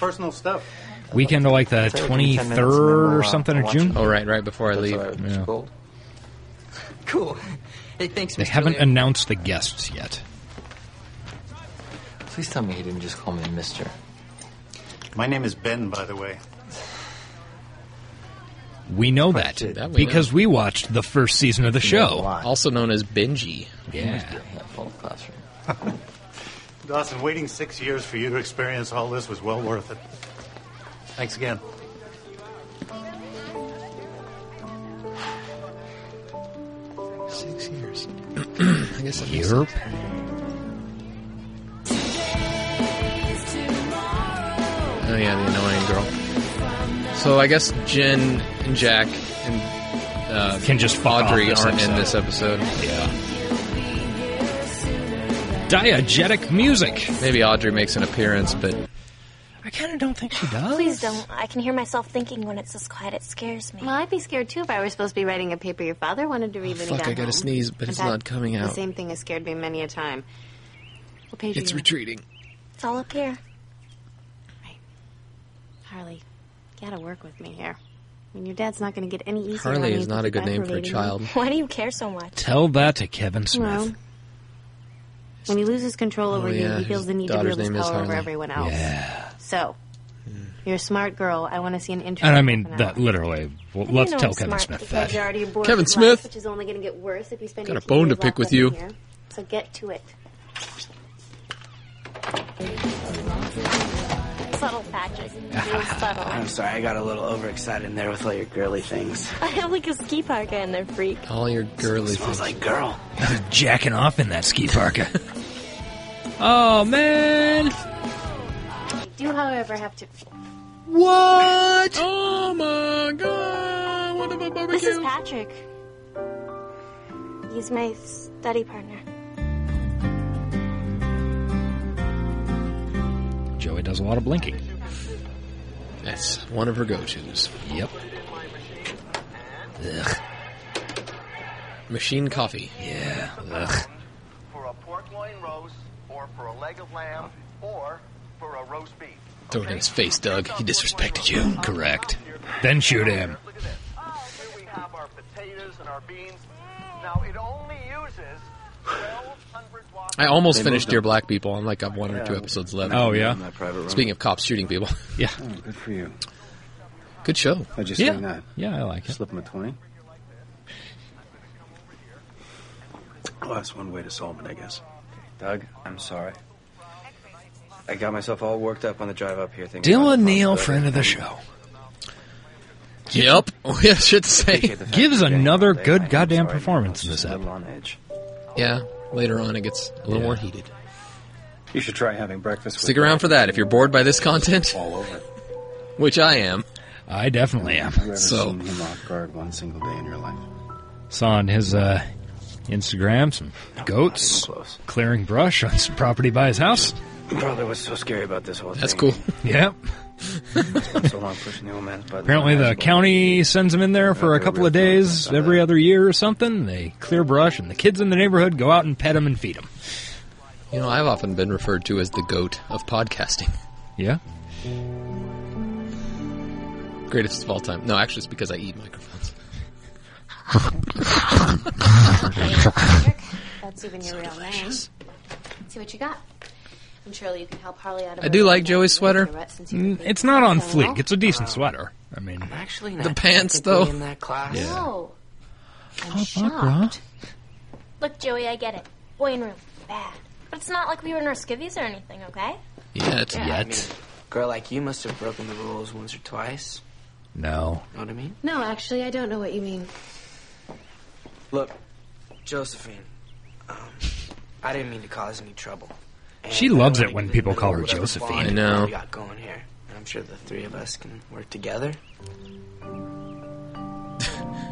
[SPEAKER 8] Personal stuff.
[SPEAKER 2] Weekend of like the
[SPEAKER 9] Sorry, give me 10 minutes, and then
[SPEAKER 2] 23rd or
[SPEAKER 9] we'll, uh,
[SPEAKER 2] something of
[SPEAKER 9] watch
[SPEAKER 2] June.
[SPEAKER 3] Oh, right, right before I leave.
[SPEAKER 2] Yeah.
[SPEAKER 11] Cool. Hey, thanks,
[SPEAKER 2] They
[SPEAKER 11] Mr.
[SPEAKER 2] haven't
[SPEAKER 11] O'Leary.
[SPEAKER 2] announced the guests yet.
[SPEAKER 9] Please tell me he didn't just call me Mister.
[SPEAKER 8] My name is Ben, by the way.
[SPEAKER 2] We know that,
[SPEAKER 3] that we
[SPEAKER 2] because we watched the first season of the show.
[SPEAKER 3] Also known as Benji.
[SPEAKER 2] Yeah.
[SPEAKER 8] Dawson, waiting six years for you to experience all this was well worth it. Thanks again.
[SPEAKER 3] Six years.
[SPEAKER 2] I
[SPEAKER 3] guess
[SPEAKER 2] Europe.
[SPEAKER 3] Oh yeah, the annoying girl. So I guess Jen and Jack and uh,
[SPEAKER 2] Can just fuck off
[SPEAKER 3] Audrey
[SPEAKER 2] this
[SPEAKER 3] aren't in
[SPEAKER 2] episode.
[SPEAKER 3] this episode.
[SPEAKER 2] Yeah. Diegetic music.
[SPEAKER 3] Maybe Audrey makes an appearance, but
[SPEAKER 2] I kind of don't think she does.
[SPEAKER 12] Please don't. I can hear myself thinking when it's this quiet. It scares me.
[SPEAKER 7] Well, I'd be scared too if I were supposed to be writing a paper your father wanted to read when he
[SPEAKER 3] fuck,
[SPEAKER 7] got
[SPEAKER 3] I gotta
[SPEAKER 7] home.
[SPEAKER 3] sneeze, but
[SPEAKER 7] In
[SPEAKER 3] it's
[SPEAKER 7] fact,
[SPEAKER 3] not coming out.
[SPEAKER 7] The same thing has scared me many a time. What page
[SPEAKER 3] it's
[SPEAKER 7] are you on?
[SPEAKER 3] retreating.
[SPEAKER 12] It's all up here.
[SPEAKER 7] Harley, you gotta work with me here. I mean, your dad's not gonna get any easier.
[SPEAKER 3] Harley
[SPEAKER 7] on you
[SPEAKER 3] is
[SPEAKER 7] if
[SPEAKER 3] not
[SPEAKER 7] you
[SPEAKER 3] a good
[SPEAKER 7] keep
[SPEAKER 3] name for a
[SPEAKER 7] aggravating
[SPEAKER 3] child.
[SPEAKER 7] me.
[SPEAKER 12] Why do you care so much?
[SPEAKER 2] Tell that to Kevin Smith.
[SPEAKER 7] Well, when he loses control over
[SPEAKER 2] Oh, yeah,
[SPEAKER 7] you, he feels
[SPEAKER 2] his
[SPEAKER 7] the need to
[SPEAKER 2] daughter's
[SPEAKER 7] wield his
[SPEAKER 2] name is
[SPEAKER 7] power over
[SPEAKER 2] Harley.
[SPEAKER 7] everyone else. Yeah. So, you're a smart girl. I want to see an intro.
[SPEAKER 2] And I mean that literally. Well,
[SPEAKER 7] I
[SPEAKER 2] let's
[SPEAKER 7] know
[SPEAKER 2] tell
[SPEAKER 7] I'm
[SPEAKER 2] Kevin
[SPEAKER 7] smart
[SPEAKER 2] Smith
[SPEAKER 7] because
[SPEAKER 2] that.
[SPEAKER 7] you're already bored
[SPEAKER 3] Kevin
[SPEAKER 7] with
[SPEAKER 3] Smith.
[SPEAKER 7] life, which is only going to get worse if you spend
[SPEAKER 3] Got
[SPEAKER 7] your
[SPEAKER 3] a
[SPEAKER 7] few
[SPEAKER 3] bone to
[SPEAKER 7] years
[SPEAKER 3] pick
[SPEAKER 7] locked up
[SPEAKER 3] with
[SPEAKER 7] in
[SPEAKER 3] you.
[SPEAKER 7] here. So get to it. Subtle patches. Real subtle.
[SPEAKER 13] I'm sorry, I got a little overexcited in there with all your girly things.
[SPEAKER 7] I have like a ski parka in there, freak.
[SPEAKER 3] All your girly
[SPEAKER 13] Smells like girl.
[SPEAKER 2] I was jacking off in that ski parka. oh man!
[SPEAKER 7] I do, however, have to.
[SPEAKER 3] What? Oh my god! What about
[SPEAKER 12] This is
[SPEAKER 3] barbecue?
[SPEAKER 12] Patrick. He's my study partner.
[SPEAKER 2] Joey does a lot of blinking.
[SPEAKER 3] That's one of her go-tos.
[SPEAKER 2] Yep. Ugh.
[SPEAKER 3] Machine coffee.
[SPEAKER 2] Yeah. Ugh.
[SPEAKER 14] for a pork loin roast, or for a leg of lamb, or for a roast beef.
[SPEAKER 3] Throw it in his face, Doug. He disrespected you.
[SPEAKER 2] Correct. Then shoot him.
[SPEAKER 14] Here we have our potatoes and our beans. Now it only uses 1,200 watts.
[SPEAKER 3] I almost
[SPEAKER 6] They
[SPEAKER 3] finished
[SPEAKER 6] moved
[SPEAKER 3] Dear
[SPEAKER 6] him.
[SPEAKER 3] Black People. I'm like, I've one or two
[SPEAKER 6] Yeah.
[SPEAKER 3] episodes left.
[SPEAKER 2] Oh, yeah?
[SPEAKER 6] My private room.
[SPEAKER 3] Speaking of cops shooting people,
[SPEAKER 2] Yeah.
[SPEAKER 6] Oh, good for you.
[SPEAKER 3] good show.
[SPEAKER 6] I just
[SPEAKER 2] Yeah.
[SPEAKER 6] seen that.
[SPEAKER 2] Yeah, I like it.
[SPEAKER 6] Slip him a twenty. Well, that's one way to solve it, I guess. Doug, I'm sorry. I got myself all worked up on the drive up here. Thinking about
[SPEAKER 2] Dylan
[SPEAKER 6] the
[SPEAKER 2] Neal,
[SPEAKER 6] possibility.
[SPEAKER 2] friend of the show,
[SPEAKER 3] Yep. We should say.
[SPEAKER 6] Appreciate the fact
[SPEAKER 2] gives
[SPEAKER 6] that you're
[SPEAKER 2] another
[SPEAKER 6] getting all day.
[SPEAKER 2] good goddamn
[SPEAKER 6] Sorry,
[SPEAKER 2] performance in
[SPEAKER 6] just
[SPEAKER 2] this
[SPEAKER 6] a
[SPEAKER 2] episode.
[SPEAKER 6] little on edge.
[SPEAKER 3] Yeah. Later on, it gets a little more heated.
[SPEAKER 6] You should try having breakfast. with
[SPEAKER 3] Stick around for that if you're bored by this content,
[SPEAKER 6] All over.
[SPEAKER 3] which I am.
[SPEAKER 2] I definitely am.
[SPEAKER 6] Have you ever
[SPEAKER 3] So-
[SPEAKER 6] seen him off guard one single day in your life?
[SPEAKER 2] Saw on his uh, Instagram some goats
[SPEAKER 6] close.
[SPEAKER 2] clearing brush on some property by his house.
[SPEAKER 6] Brother, what's so scary about this whole
[SPEAKER 3] That's
[SPEAKER 6] thing?
[SPEAKER 3] cool.
[SPEAKER 2] Yep.
[SPEAKER 6] That's so long pushing the old man's button.
[SPEAKER 2] Apparently, the
[SPEAKER 6] Manageable.
[SPEAKER 2] county sends them in there for a
[SPEAKER 6] Okay,
[SPEAKER 2] couple
[SPEAKER 6] real
[SPEAKER 2] of days every other year or something. They clear brush, and the kids in the neighborhood go out and pet them and feed them.
[SPEAKER 3] You know, I've often been referred to as the goat of podcasting.
[SPEAKER 2] Yeah.
[SPEAKER 3] Greatest of all time. No, actually, it's because I eat microphones.
[SPEAKER 7] Patrick, that's even your real name. See what you got. I'm sure you can help Harley out. of
[SPEAKER 3] I
[SPEAKER 7] her
[SPEAKER 3] do like
[SPEAKER 7] dilemma.
[SPEAKER 3] Joey's sweater.
[SPEAKER 7] Cigarette since you were
[SPEAKER 2] Mm,
[SPEAKER 7] big.
[SPEAKER 2] It's not on
[SPEAKER 7] So,
[SPEAKER 2] fleek. It's a decent sweater. I mean,
[SPEAKER 13] Actually,
[SPEAKER 3] The pants, though.
[SPEAKER 13] In that class.
[SPEAKER 12] No. I'm
[SPEAKER 2] Oh, fuck,
[SPEAKER 12] shocked.
[SPEAKER 2] bro.
[SPEAKER 12] Look, Joey, I get it. Wayne room, bad. But it's not like we were in our skivvies or anything, okay?
[SPEAKER 3] Yet.
[SPEAKER 13] Yeah, I
[SPEAKER 3] Yet.
[SPEAKER 13] mean, girl like you must have broken the rules once or twice.
[SPEAKER 3] No.
[SPEAKER 13] Know what I mean?
[SPEAKER 7] No, actually, I don't know what you mean.
[SPEAKER 13] Look, Josephine, um, I didn't mean to cause any trouble.
[SPEAKER 2] She
[SPEAKER 13] And I
[SPEAKER 2] loves
[SPEAKER 13] wanna
[SPEAKER 2] it when
[SPEAKER 13] get in the
[SPEAKER 2] people call
[SPEAKER 13] middle of
[SPEAKER 2] her
[SPEAKER 13] whatever bond
[SPEAKER 2] Josephine. I
[SPEAKER 3] Oh
[SPEAKER 2] know.
[SPEAKER 13] We got going here. And I'm sure the three of us can work together.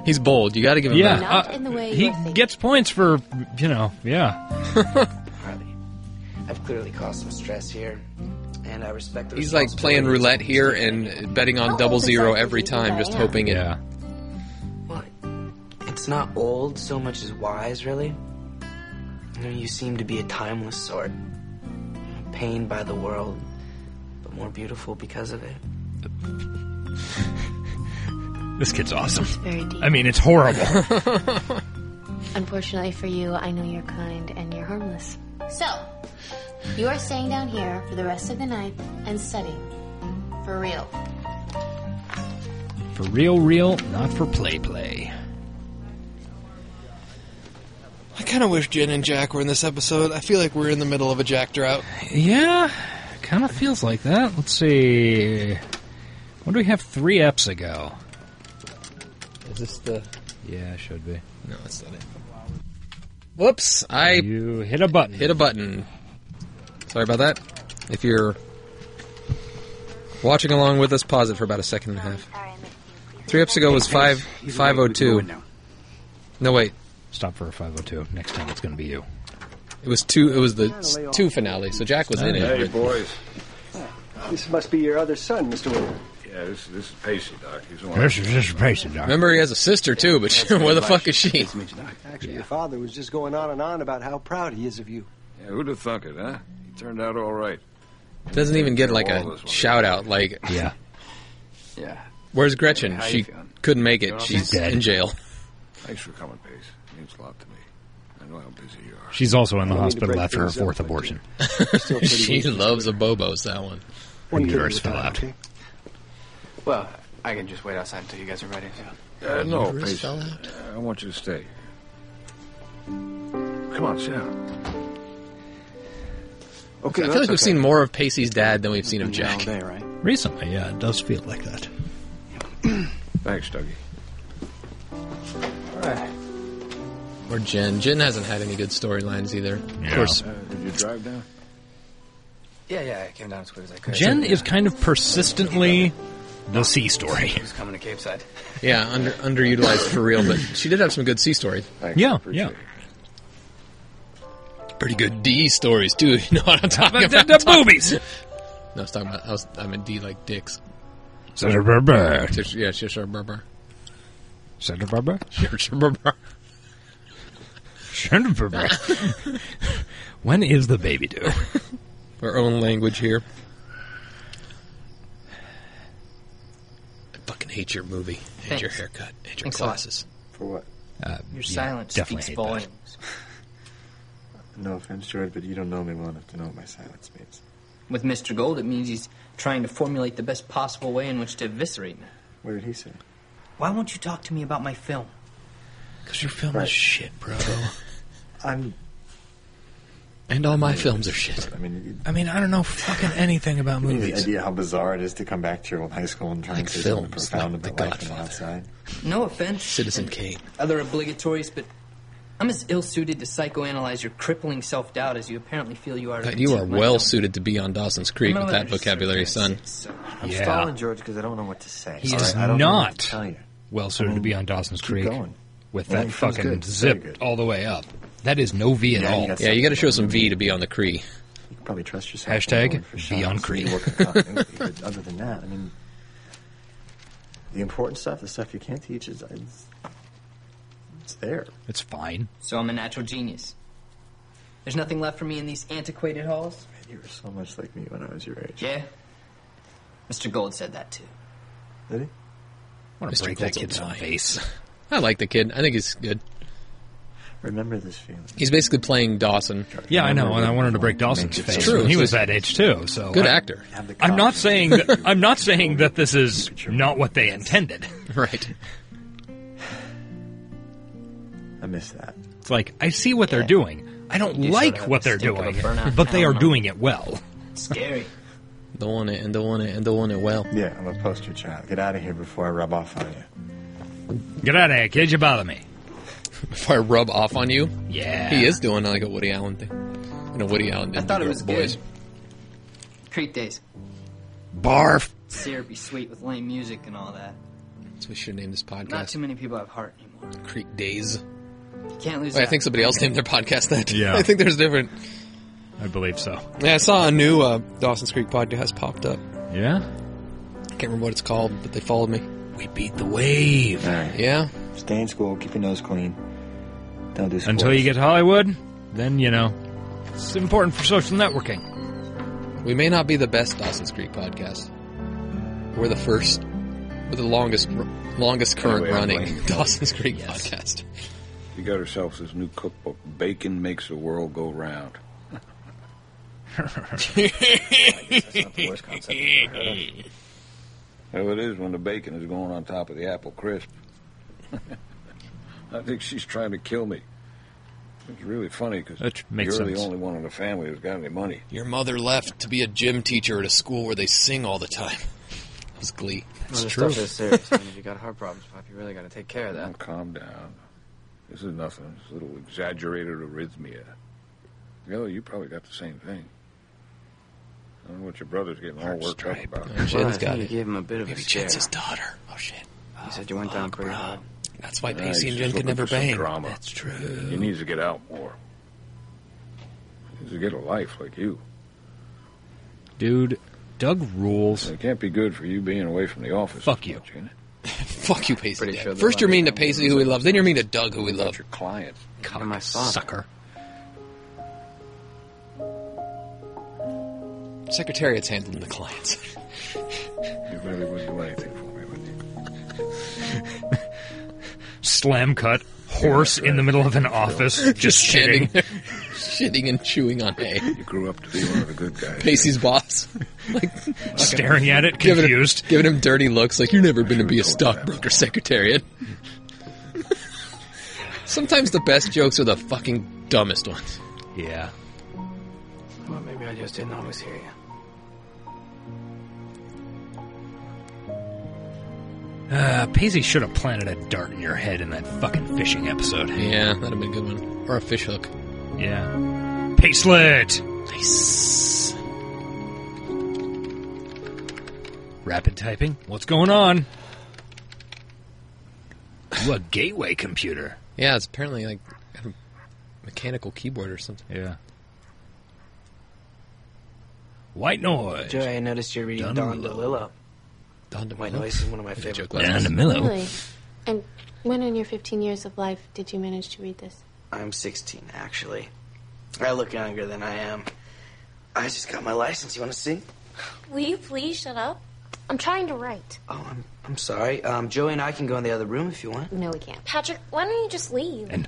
[SPEAKER 3] He's bold. You got to give him
[SPEAKER 2] yeah,
[SPEAKER 3] that.
[SPEAKER 2] uh, he gets points for you know, yeah.
[SPEAKER 13] Harley, I've clearly caused some stress here, and I respect the
[SPEAKER 3] He's like playing roulette here and betting on double zero every time, just hoping it.
[SPEAKER 2] Yeah.
[SPEAKER 13] It's not old so much as wise, really. You know, you seem to be a timeless sort. Pained by the world, but more beautiful because of it.
[SPEAKER 2] This kid's awesome.
[SPEAKER 7] It's very deep.
[SPEAKER 2] I mean, it's horrible.
[SPEAKER 7] Unfortunately for you, I know you're kind and you're harmless. So, you are staying down here for the rest of the night and studying. For real.
[SPEAKER 2] for real, real, not for play, play.
[SPEAKER 3] I kind of wish Jen and Jack were in this episode. I feel like we're in the middle of a Jack drought.
[SPEAKER 2] Yeah, kind of feels like that. Let's see. What do we have three eps ago?
[SPEAKER 3] Is this the?
[SPEAKER 2] Yeah, it should be.
[SPEAKER 3] No, it's not it. Whoops! I
[SPEAKER 2] you hit a button.
[SPEAKER 3] Hit a button. Sorry about that. If you're watching along with us, pause it for about a second and a half. Three eps ago was five five oh two. No wait,
[SPEAKER 2] Stop for a 502. Next time it's going to be you.
[SPEAKER 3] it was two. It was the s- two finale. So Jack was in
[SPEAKER 15] Hey,
[SPEAKER 3] it. but-
[SPEAKER 15] boys.
[SPEAKER 16] This must be your other son, Mr. Williams.
[SPEAKER 15] Yeah, this, this is Pacey, Doc. He's the one.
[SPEAKER 2] This is just basic, Doc.
[SPEAKER 3] Remember, he has a sister too, but where the fuck is she?
[SPEAKER 16] Actually, your father was just going on and on about how proud he is of you.
[SPEAKER 15] Yeah, who'd have thunk it, huh? He turned out all right.
[SPEAKER 3] Doesn't even get like a shout out. Like
[SPEAKER 2] yeah,
[SPEAKER 15] Yeah.
[SPEAKER 3] Where's Gretchen?
[SPEAKER 15] How you
[SPEAKER 3] She
[SPEAKER 15] feeling?
[SPEAKER 3] couldn't make
[SPEAKER 15] You
[SPEAKER 3] it.
[SPEAKER 15] all
[SPEAKER 3] She's
[SPEAKER 15] right?
[SPEAKER 3] in jail.
[SPEAKER 15] Thanks for coming, Pace. It means a lot to me. I know how busy you are.
[SPEAKER 2] She's also in the
[SPEAKER 15] I don't mean to
[SPEAKER 2] hospital
[SPEAKER 15] break
[SPEAKER 2] after her
[SPEAKER 15] things up,
[SPEAKER 2] fourth
[SPEAKER 15] but
[SPEAKER 2] abortion.
[SPEAKER 15] you're still pretty
[SPEAKER 3] she
[SPEAKER 15] weak.
[SPEAKER 3] loves a Bobo's that one.
[SPEAKER 2] Her uterus fell out.
[SPEAKER 6] Well, I can just wait outside until you guys are ready.
[SPEAKER 15] Uh, no,
[SPEAKER 6] Uterus
[SPEAKER 15] Pace.
[SPEAKER 6] fell
[SPEAKER 15] uh, I want you to stay. Come on, sit down.
[SPEAKER 3] I feel like we've seen more of Pacey's dad than we've seen of Jack.
[SPEAKER 2] Recently, yeah, it does feel like that.
[SPEAKER 15] Thanks, Dougie.
[SPEAKER 6] All right.
[SPEAKER 3] Or Jen. Jen hasn't had any good storylines either. Of course,
[SPEAKER 15] Uh, did you drive down?
[SPEAKER 6] Yeah, yeah, I came down as quick as I could.
[SPEAKER 2] Jen is kind of persistently the C story.
[SPEAKER 6] Who's coming to Cape Side?
[SPEAKER 3] yeah, under underutilized for real, but she did have some good C stories.
[SPEAKER 2] Yeah, yeah.
[SPEAKER 3] Pretty good D stories too. You know what I'm talking
[SPEAKER 2] about
[SPEAKER 3] about?
[SPEAKER 2] the boobies?
[SPEAKER 3] No, I was talking about. I was. I meant D like dicks.
[SPEAKER 2] Sandra Barber.
[SPEAKER 3] Tish- Yeah, Cheshire Barber.
[SPEAKER 2] Sandra Barber.
[SPEAKER 3] Cheshire Barber.
[SPEAKER 2] Sandra Barber. when is the baby due?
[SPEAKER 3] Our own language here. I fucking hate your movie. Hate your
[SPEAKER 11] Thanks.
[SPEAKER 3] haircut. Hate your
[SPEAKER 11] Thanks a lot.
[SPEAKER 3] glasses.
[SPEAKER 16] For what?
[SPEAKER 2] Uh,
[SPEAKER 11] Your silence
[SPEAKER 2] definitely
[SPEAKER 11] speaks
[SPEAKER 2] hate that.
[SPEAKER 11] volumes.
[SPEAKER 16] No offense, George, but you don't know me well enough to know what my silence means.
[SPEAKER 11] With Mr. Gold, it means he's trying to formulate the best possible way in which to eviscerate me.
[SPEAKER 16] What did he say?
[SPEAKER 11] Why won't you talk to me about my film?
[SPEAKER 3] Because your film
[SPEAKER 16] Right.
[SPEAKER 3] is shit, bro.
[SPEAKER 16] I'm.
[SPEAKER 3] and all my films are shit.
[SPEAKER 16] I mean,
[SPEAKER 2] I mean, I don't know fucking anything about
[SPEAKER 16] you, you have any
[SPEAKER 2] movies.
[SPEAKER 16] idea how bizarre it is to come back to your old high school and try and say something profound about life from the outside.
[SPEAKER 11] No offense,
[SPEAKER 3] Citizen Kane.
[SPEAKER 11] other obligatories, but I'm as ill-suited to psychoanalyze your crippling self-doubt as you apparently feel you are. to
[SPEAKER 3] You are
[SPEAKER 11] critique my
[SPEAKER 3] well
[SPEAKER 11] film.
[SPEAKER 3] suited to be on Dawson's Creek
[SPEAKER 11] I'm gonna
[SPEAKER 3] with
[SPEAKER 11] let
[SPEAKER 3] that
[SPEAKER 11] her
[SPEAKER 3] vocabulary, son.
[SPEAKER 16] I'm stalling, George, because I don't know what to say.
[SPEAKER 2] He
[SPEAKER 16] All
[SPEAKER 2] is
[SPEAKER 16] right, I don't know what to
[SPEAKER 2] not
[SPEAKER 16] tell you.
[SPEAKER 2] well suited to be on Dawson's Creek
[SPEAKER 16] going.
[SPEAKER 2] with
[SPEAKER 16] Yeah,
[SPEAKER 2] that
[SPEAKER 16] it feels
[SPEAKER 2] fucking
[SPEAKER 16] good. Very
[SPEAKER 2] zip
[SPEAKER 16] good.
[SPEAKER 2] all the way up. That is no V at
[SPEAKER 16] Yeah, you
[SPEAKER 2] all.
[SPEAKER 16] got
[SPEAKER 3] Yeah, you got to show some V to be on the Cree.
[SPEAKER 16] You can probably trust yourself.
[SPEAKER 2] Hashtag
[SPEAKER 16] when going for
[SPEAKER 2] be
[SPEAKER 16] shots
[SPEAKER 2] on
[SPEAKER 16] and
[SPEAKER 2] Creed.
[SPEAKER 16] work on continuity, but other than that, I mean, the important stuff, the stuff you can't teach, is it's, it's there.
[SPEAKER 2] It's fine.
[SPEAKER 11] So I'm a natural genius. There's nothing left for me in these antiquated halls.
[SPEAKER 16] You were so much like me when I was your age.
[SPEAKER 11] Yeah. Mr. Gold said that too.
[SPEAKER 16] Did he?
[SPEAKER 2] I want to
[SPEAKER 3] Mr.
[SPEAKER 2] break that
[SPEAKER 3] Gold's
[SPEAKER 2] kid's
[SPEAKER 3] alive.
[SPEAKER 2] face.
[SPEAKER 3] I like the kid. I think he's good.
[SPEAKER 16] Remember this feeling.
[SPEAKER 3] He's basically playing Dawson.
[SPEAKER 2] Yeah, I know, and I wanted to break Dawson's face.
[SPEAKER 3] True.
[SPEAKER 2] when he was that age too. So
[SPEAKER 3] Good
[SPEAKER 2] I-
[SPEAKER 3] actor.
[SPEAKER 2] I'm not saying that, I'm not saying that this is not what they intended.
[SPEAKER 3] Right.
[SPEAKER 16] I miss that.
[SPEAKER 2] It's like I see what they're doing. I don't
[SPEAKER 3] You
[SPEAKER 2] like
[SPEAKER 3] sort of
[SPEAKER 2] what they're
[SPEAKER 3] stink of a
[SPEAKER 2] doing,
[SPEAKER 3] burnout
[SPEAKER 2] but they
[SPEAKER 3] town,
[SPEAKER 2] are
[SPEAKER 3] huh?
[SPEAKER 2] doing it well.
[SPEAKER 13] Scary.
[SPEAKER 3] Don't want it, and don't want it, and don't want it well.
[SPEAKER 16] Yeah, I'm a poster child. Get out of here before I rub off on you.
[SPEAKER 2] Get out of here, kid! You bother me.
[SPEAKER 3] If I rub off on you,
[SPEAKER 2] Yeah.
[SPEAKER 3] he is doing like a Woody Allen thing. You know, Woody Allen. Did
[SPEAKER 11] I thought it
[SPEAKER 3] New
[SPEAKER 11] was
[SPEAKER 3] York boys.
[SPEAKER 11] Creep days.
[SPEAKER 3] Barf.
[SPEAKER 11] Syrupy sweet with lame music and all that.
[SPEAKER 3] So we should name this podcast
[SPEAKER 11] Not too many people have heart anymore.
[SPEAKER 3] Creek Days.
[SPEAKER 11] You can't lose.
[SPEAKER 3] Wait, Oh, I
[SPEAKER 11] that.
[SPEAKER 3] think somebody else named their podcast that.
[SPEAKER 2] Yeah.
[SPEAKER 3] I think there's different.
[SPEAKER 2] I believe so.
[SPEAKER 3] Yeah, I saw a new uh, Dawson's Creek podcast popped up.
[SPEAKER 2] Yeah.
[SPEAKER 3] I can't remember what it's called, but they followed me.
[SPEAKER 2] We beat the wave.
[SPEAKER 16] All right.
[SPEAKER 3] Yeah.
[SPEAKER 16] Stay in school. Keep your nose clean. Don't do
[SPEAKER 2] Until you get to Hollywood, then you know it's important for social networking.
[SPEAKER 3] We may not be the best Dawson's Creek podcast. We're the first, we're the longest, longest current
[SPEAKER 15] Anyway, I'm
[SPEAKER 3] running
[SPEAKER 15] blaming
[SPEAKER 3] Dawson's Creek podcast.
[SPEAKER 15] She got herself this new cookbook, Bacon Makes the World Go Round. Well, it is when the bacon is going on top of the apple crisp. I think she's trying to kill me. It's really funny because
[SPEAKER 2] That
[SPEAKER 15] you're
[SPEAKER 2] makes
[SPEAKER 15] the
[SPEAKER 2] sense.
[SPEAKER 15] only one in the family who's got any money.
[SPEAKER 3] Your mother left to be a gym teacher at a school where they sing all the time. It was glee.
[SPEAKER 15] That's
[SPEAKER 13] this
[SPEAKER 15] true.
[SPEAKER 13] Stuff is serious. I mean, if you got heart problems, Pop, you really got to take care of
[SPEAKER 15] Now,
[SPEAKER 13] that.
[SPEAKER 15] calm down. This is nothing. It's a little exaggerated arrhythmia. Yo, you probably got the same thing. I don't know what your brother's getting all worked up about.
[SPEAKER 13] Well, I think you gave him a bit of
[SPEAKER 3] Maybe
[SPEAKER 13] a scare.
[SPEAKER 3] Jen's his daughter. Oh shit.
[SPEAKER 13] You said you
[SPEAKER 3] Oh,
[SPEAKER 13] went down pretty hard.
[SPEAKER 3] That's why
[SPEAKER 15] Yeah,
[SPEAKER 3] Pacey
[SPEAKER 15] he's just
[SPEAKER 3] and Jen could
[SPEAKER 15] looking
[SPEAKER 3] never
[SPEAKER 15] for some
[SPEAKER 3] bang.
[SPEAKER 15] drama.
[SPEAKER 3] That's true.
[SPEAKER 15] He needs to get out more. He needs to get a life like you.
[SPEAKER 2] Dude, Doug rules.
[SPEAKER 15] It can't be good for you being away from the office.
[SPEAKER 2] Fuck you.
[SPEAKER 3] Fuck you, Pacey.
[SPEAKER 13] Pretty
[SPEAKER 3] Dad.
[SPEAKER 13] sure they're
[SPEAKER 3] First, you're
[SPEAKER 13] lying
[SPEAKER 3] mean to Pacey, who we love. Then you're mean to Doug, who we love.
[SPEAKER 15] Your client.
[SPEAKER 13] Cock my father.
[SPEAKER 2] Sucker.
[SPEAKER 3] Secretariat's handling the clients.
[SPEAKER 15] You really wouldn't do anything for me, would you?
[SPEAKER 2] Slam cut. Horse in the middle of an office, just shitting.
[SPEAKER 3] there, shitting and chewing on hay.
[SPEAKER 15] You grew up to be one of the good guys.
[SPEAKER 3] Pacey's boss, like
[SPEAKER 2] Staring at it,
[SPEAKER 3] giving him,
[SPEAKER 2] confused.
[SPEAKER 3] giving him dirty looks, like you're never going to be a stockbroker secretariat. Sometimes the best jokes are the fucking dumbest ones.
[SPEAKER 2] Yeah.
[SPEAKER 13] Well, maybe I just didn't always hear you.
[SPEAKER 2] Uh, Paisley should have planted a dart in your head in that fucking fishing episode.
[SPEAKER 3] Yeah, that'd have been a good one, or a fish hook.
[SPEAKER 2] Yeah. Pacelet!
[SPEAKER 3] Nice.
[SPEAKER 2] Rapid typing. What's going on? You a gateway computer.
[SPEAKER 3] Yeah, it's apparently like a mechanical keyboard or something.
[SPEAKER 2] Yeah. White noise.
[SPEAKER 13] Joey, I noticed you're reading Don
[SPEAKER 2] Don
[SPEAKER 13] DeLillo.
[SPEAKER 3] Don
[SPEAKER 13] White Noise is one of my favorite
[SPEAKER 3] last
[SPEAKER 13] books.
[SPEAKER 3] night.
[SPEAKER 2] Millo.
[SPEAKER 7] Really? And when in your 15 years of life did you manage to read this?
[SPEAKER 13] I'm 16, actually. I look younger than I am. I just got my license. You want to see?
[SPEAKER 12] Will you please shut up? I'm trying to write.
[SPEAKER 13] Oh, I'm, I'm sorry. Um, Joey and I can go in the other room if you want.
[SPEAKER 7] No, we can't.
[SPEAKER 12] Patrick, why don't you just leave?
[SPEAKER 2] And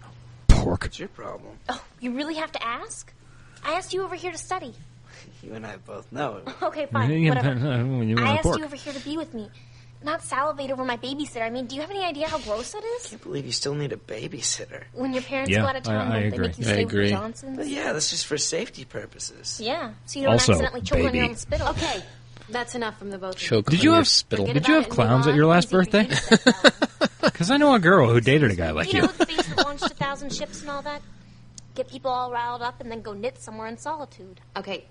[SPEAKER 2] pork.
[SPEAKER 13] What's your problem?
[SPEAKER 12] Oh, you really have to ask? I asked you over here to study.
[SPEAKER 13] You and I both know it.
[SPEAKER 12] Okay, fine,
[SPEAKER 2] Yeah,
[SPEAKER 12] whatever.
[SPEAKER 2] when you
[SPEAKER 12] I
[SPEAKER 2] want
[SPEAKER 12] asked
[SPEAKER 2] pork.
[SPEAKER 12] you over here to be with me, not salivate over my babysitter. I mean, do you have any idea how gross it is?
[SPEAKER 13] I believe you still need a babysitter.
[SPEAKER 12] When your parents
[SPEAKER 2] Yeah,
[SPEAKER 12] go out of
[SPEAKER 2] I-
[SPEAKER 12] town,
[SPEAKER 2] I
[SPEAKER 12] don't
[SPEAKER 2] agree.
[SPEAKER 12] they make you
[SPEAKER 2] I
[SPEAKER 12] stay
[SPEAKER 2] agree.
[SPEAKER 12] with the Johnsons?
[SPEAKER 13] But yeah, that's just for safety purposes.
[SPEAKER 7] Yeah.
[SPEAKER 12] So you don't
[SPEAKER 2] Also,
[SPEAKER 12] accidentally choke on
[SPEAKER 2] baby.
[SPEAKER 12] your own spittle.
[SPEAKER 7] Okay, that's enough from the both of you.
[SPEAKER 3] Choke
[SPEAKER 2] Did
[SPEAKER 3] on
[SPEAKER 2] you
[SPEAKER 3] your
[SPEAKER 2] have
[SPEAKER 3] spittle?
[SPEAKER 7] Forget
[SPEAKER 2] Did you
[SPEAKER 7] about
[SPEAKER 2] have
[SPEAKER 7] it,
[SPEAKER 2] clowns
[SPEAKER 7] move
[SPEAKER 2] at your
[SPEAKER 7] on.
[SPEAKER 2] last
[SPEAKER 7] Easy for you
[SPEAKER 2] birthday?
[SPEAKER 7] to say that one.
[SPEAKER 2] Because I know a girl who dated a guy like
[SPEAKER 12] you
[SPEAKER 2] you.
[SPEAKER 12] know the face that launched a thousand ships and all that? Get people all riled up and then go knit somewhere in solitude.
[SPEAKER 7] Okay,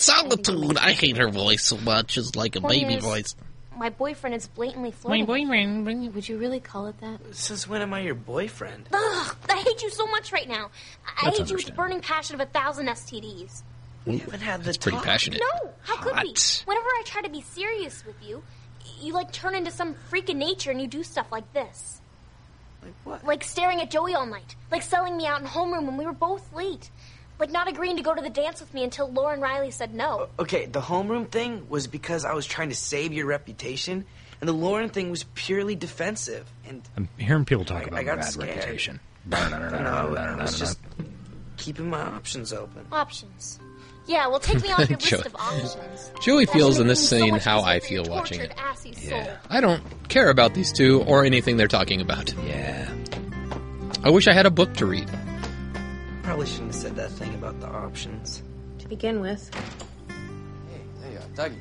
[SPEAKER 3] Solitude. I hate her voice so much. It's like a
[SPEAKER 12] Point
[SPEAKER 3] baby
[SPEAKER 12] is-
[SPEAKER 3] voice.
[SPEAKER 12] My boyfriend is blatantly
[SPEAKER 5] My
[SPEAKER 12] flirting.
[SPEAKER 5] boyfriend. bring-
[SPEAKER 7] would you really call it that?
[SPEAKER 13] Since when am I your boyfriend?
[SPEAKER 12] Ugh, I hate you so much right now. I hate
[SPEAKER 2] That's
[SPEAKER 12] you with the
[SPEAKER 2] understandable.
[SPEAKER 12] burning passion of a thousand STDs.
[SPEAKER 13] We haven't had the
[SPEAKER 3] It's pretty
[SPEAKER 13] talk.
[SPEAKER 3] passionate.
[SPEAKER 12] Oh, No, how could we?
[SPEAKER 2] Hot.
[SPEAKER 12] Whenever I try to be serious with you, you like turn into some freak of nature and you do stuff like this.
[SPEAKER 13] Like what?
[SPEAKER 12] Like staring at Joey all night, like selling me out in homeroom when we were both late, like not agreeing to go to the dance with me until Lauren Riley said no.
[SPEAKER 13] Okay, the homeroom thing was because I was trying to save your reputation, and the Lauren thing was purely defensive. And
[SPEAKER 2] I'm hearing people talk
[SPEAKER 13] I- I
[SPEAKER 2] about
[SPEAKER 13] got
[SPEAKER 2] bad
[SPEAKER 13] scared.
[SPEAKER 2] reputation.
[SPEAKER 17] I was just keeping my options open.
[SPEAKER 12] Options. Yeah, well, take me on your
[SPEAKER 3] Joey-
[SPEAKER 12] list of options.
[SPEAKER 3] Joey
[SPEAKER 12] That
[SPEAKER 3] feels
[SPEAKER 12] should've
[SPEAKER 3] in this
[SPEAKER 12] been so
[SPEAKER 3] scene
[SPEAKER 12] much
[SPEAKER 3] how I
[SPEAKER 12] easier
[SPEAKER 3] feel
[SPEAKER 12] than
[SPEAKER 3] watching it.
[SPEAKER 12] tortured Assie's soul.
[SPEAKER 3] I don't care about these two or anything they're talking about. Yeah. I wish I had a book to read.
[SPEAKER 17] Probably shouldn't have said that thing about the options.
[SPEAKER 7] To begin with,
[SPEAKER 18] There you go, Dougie.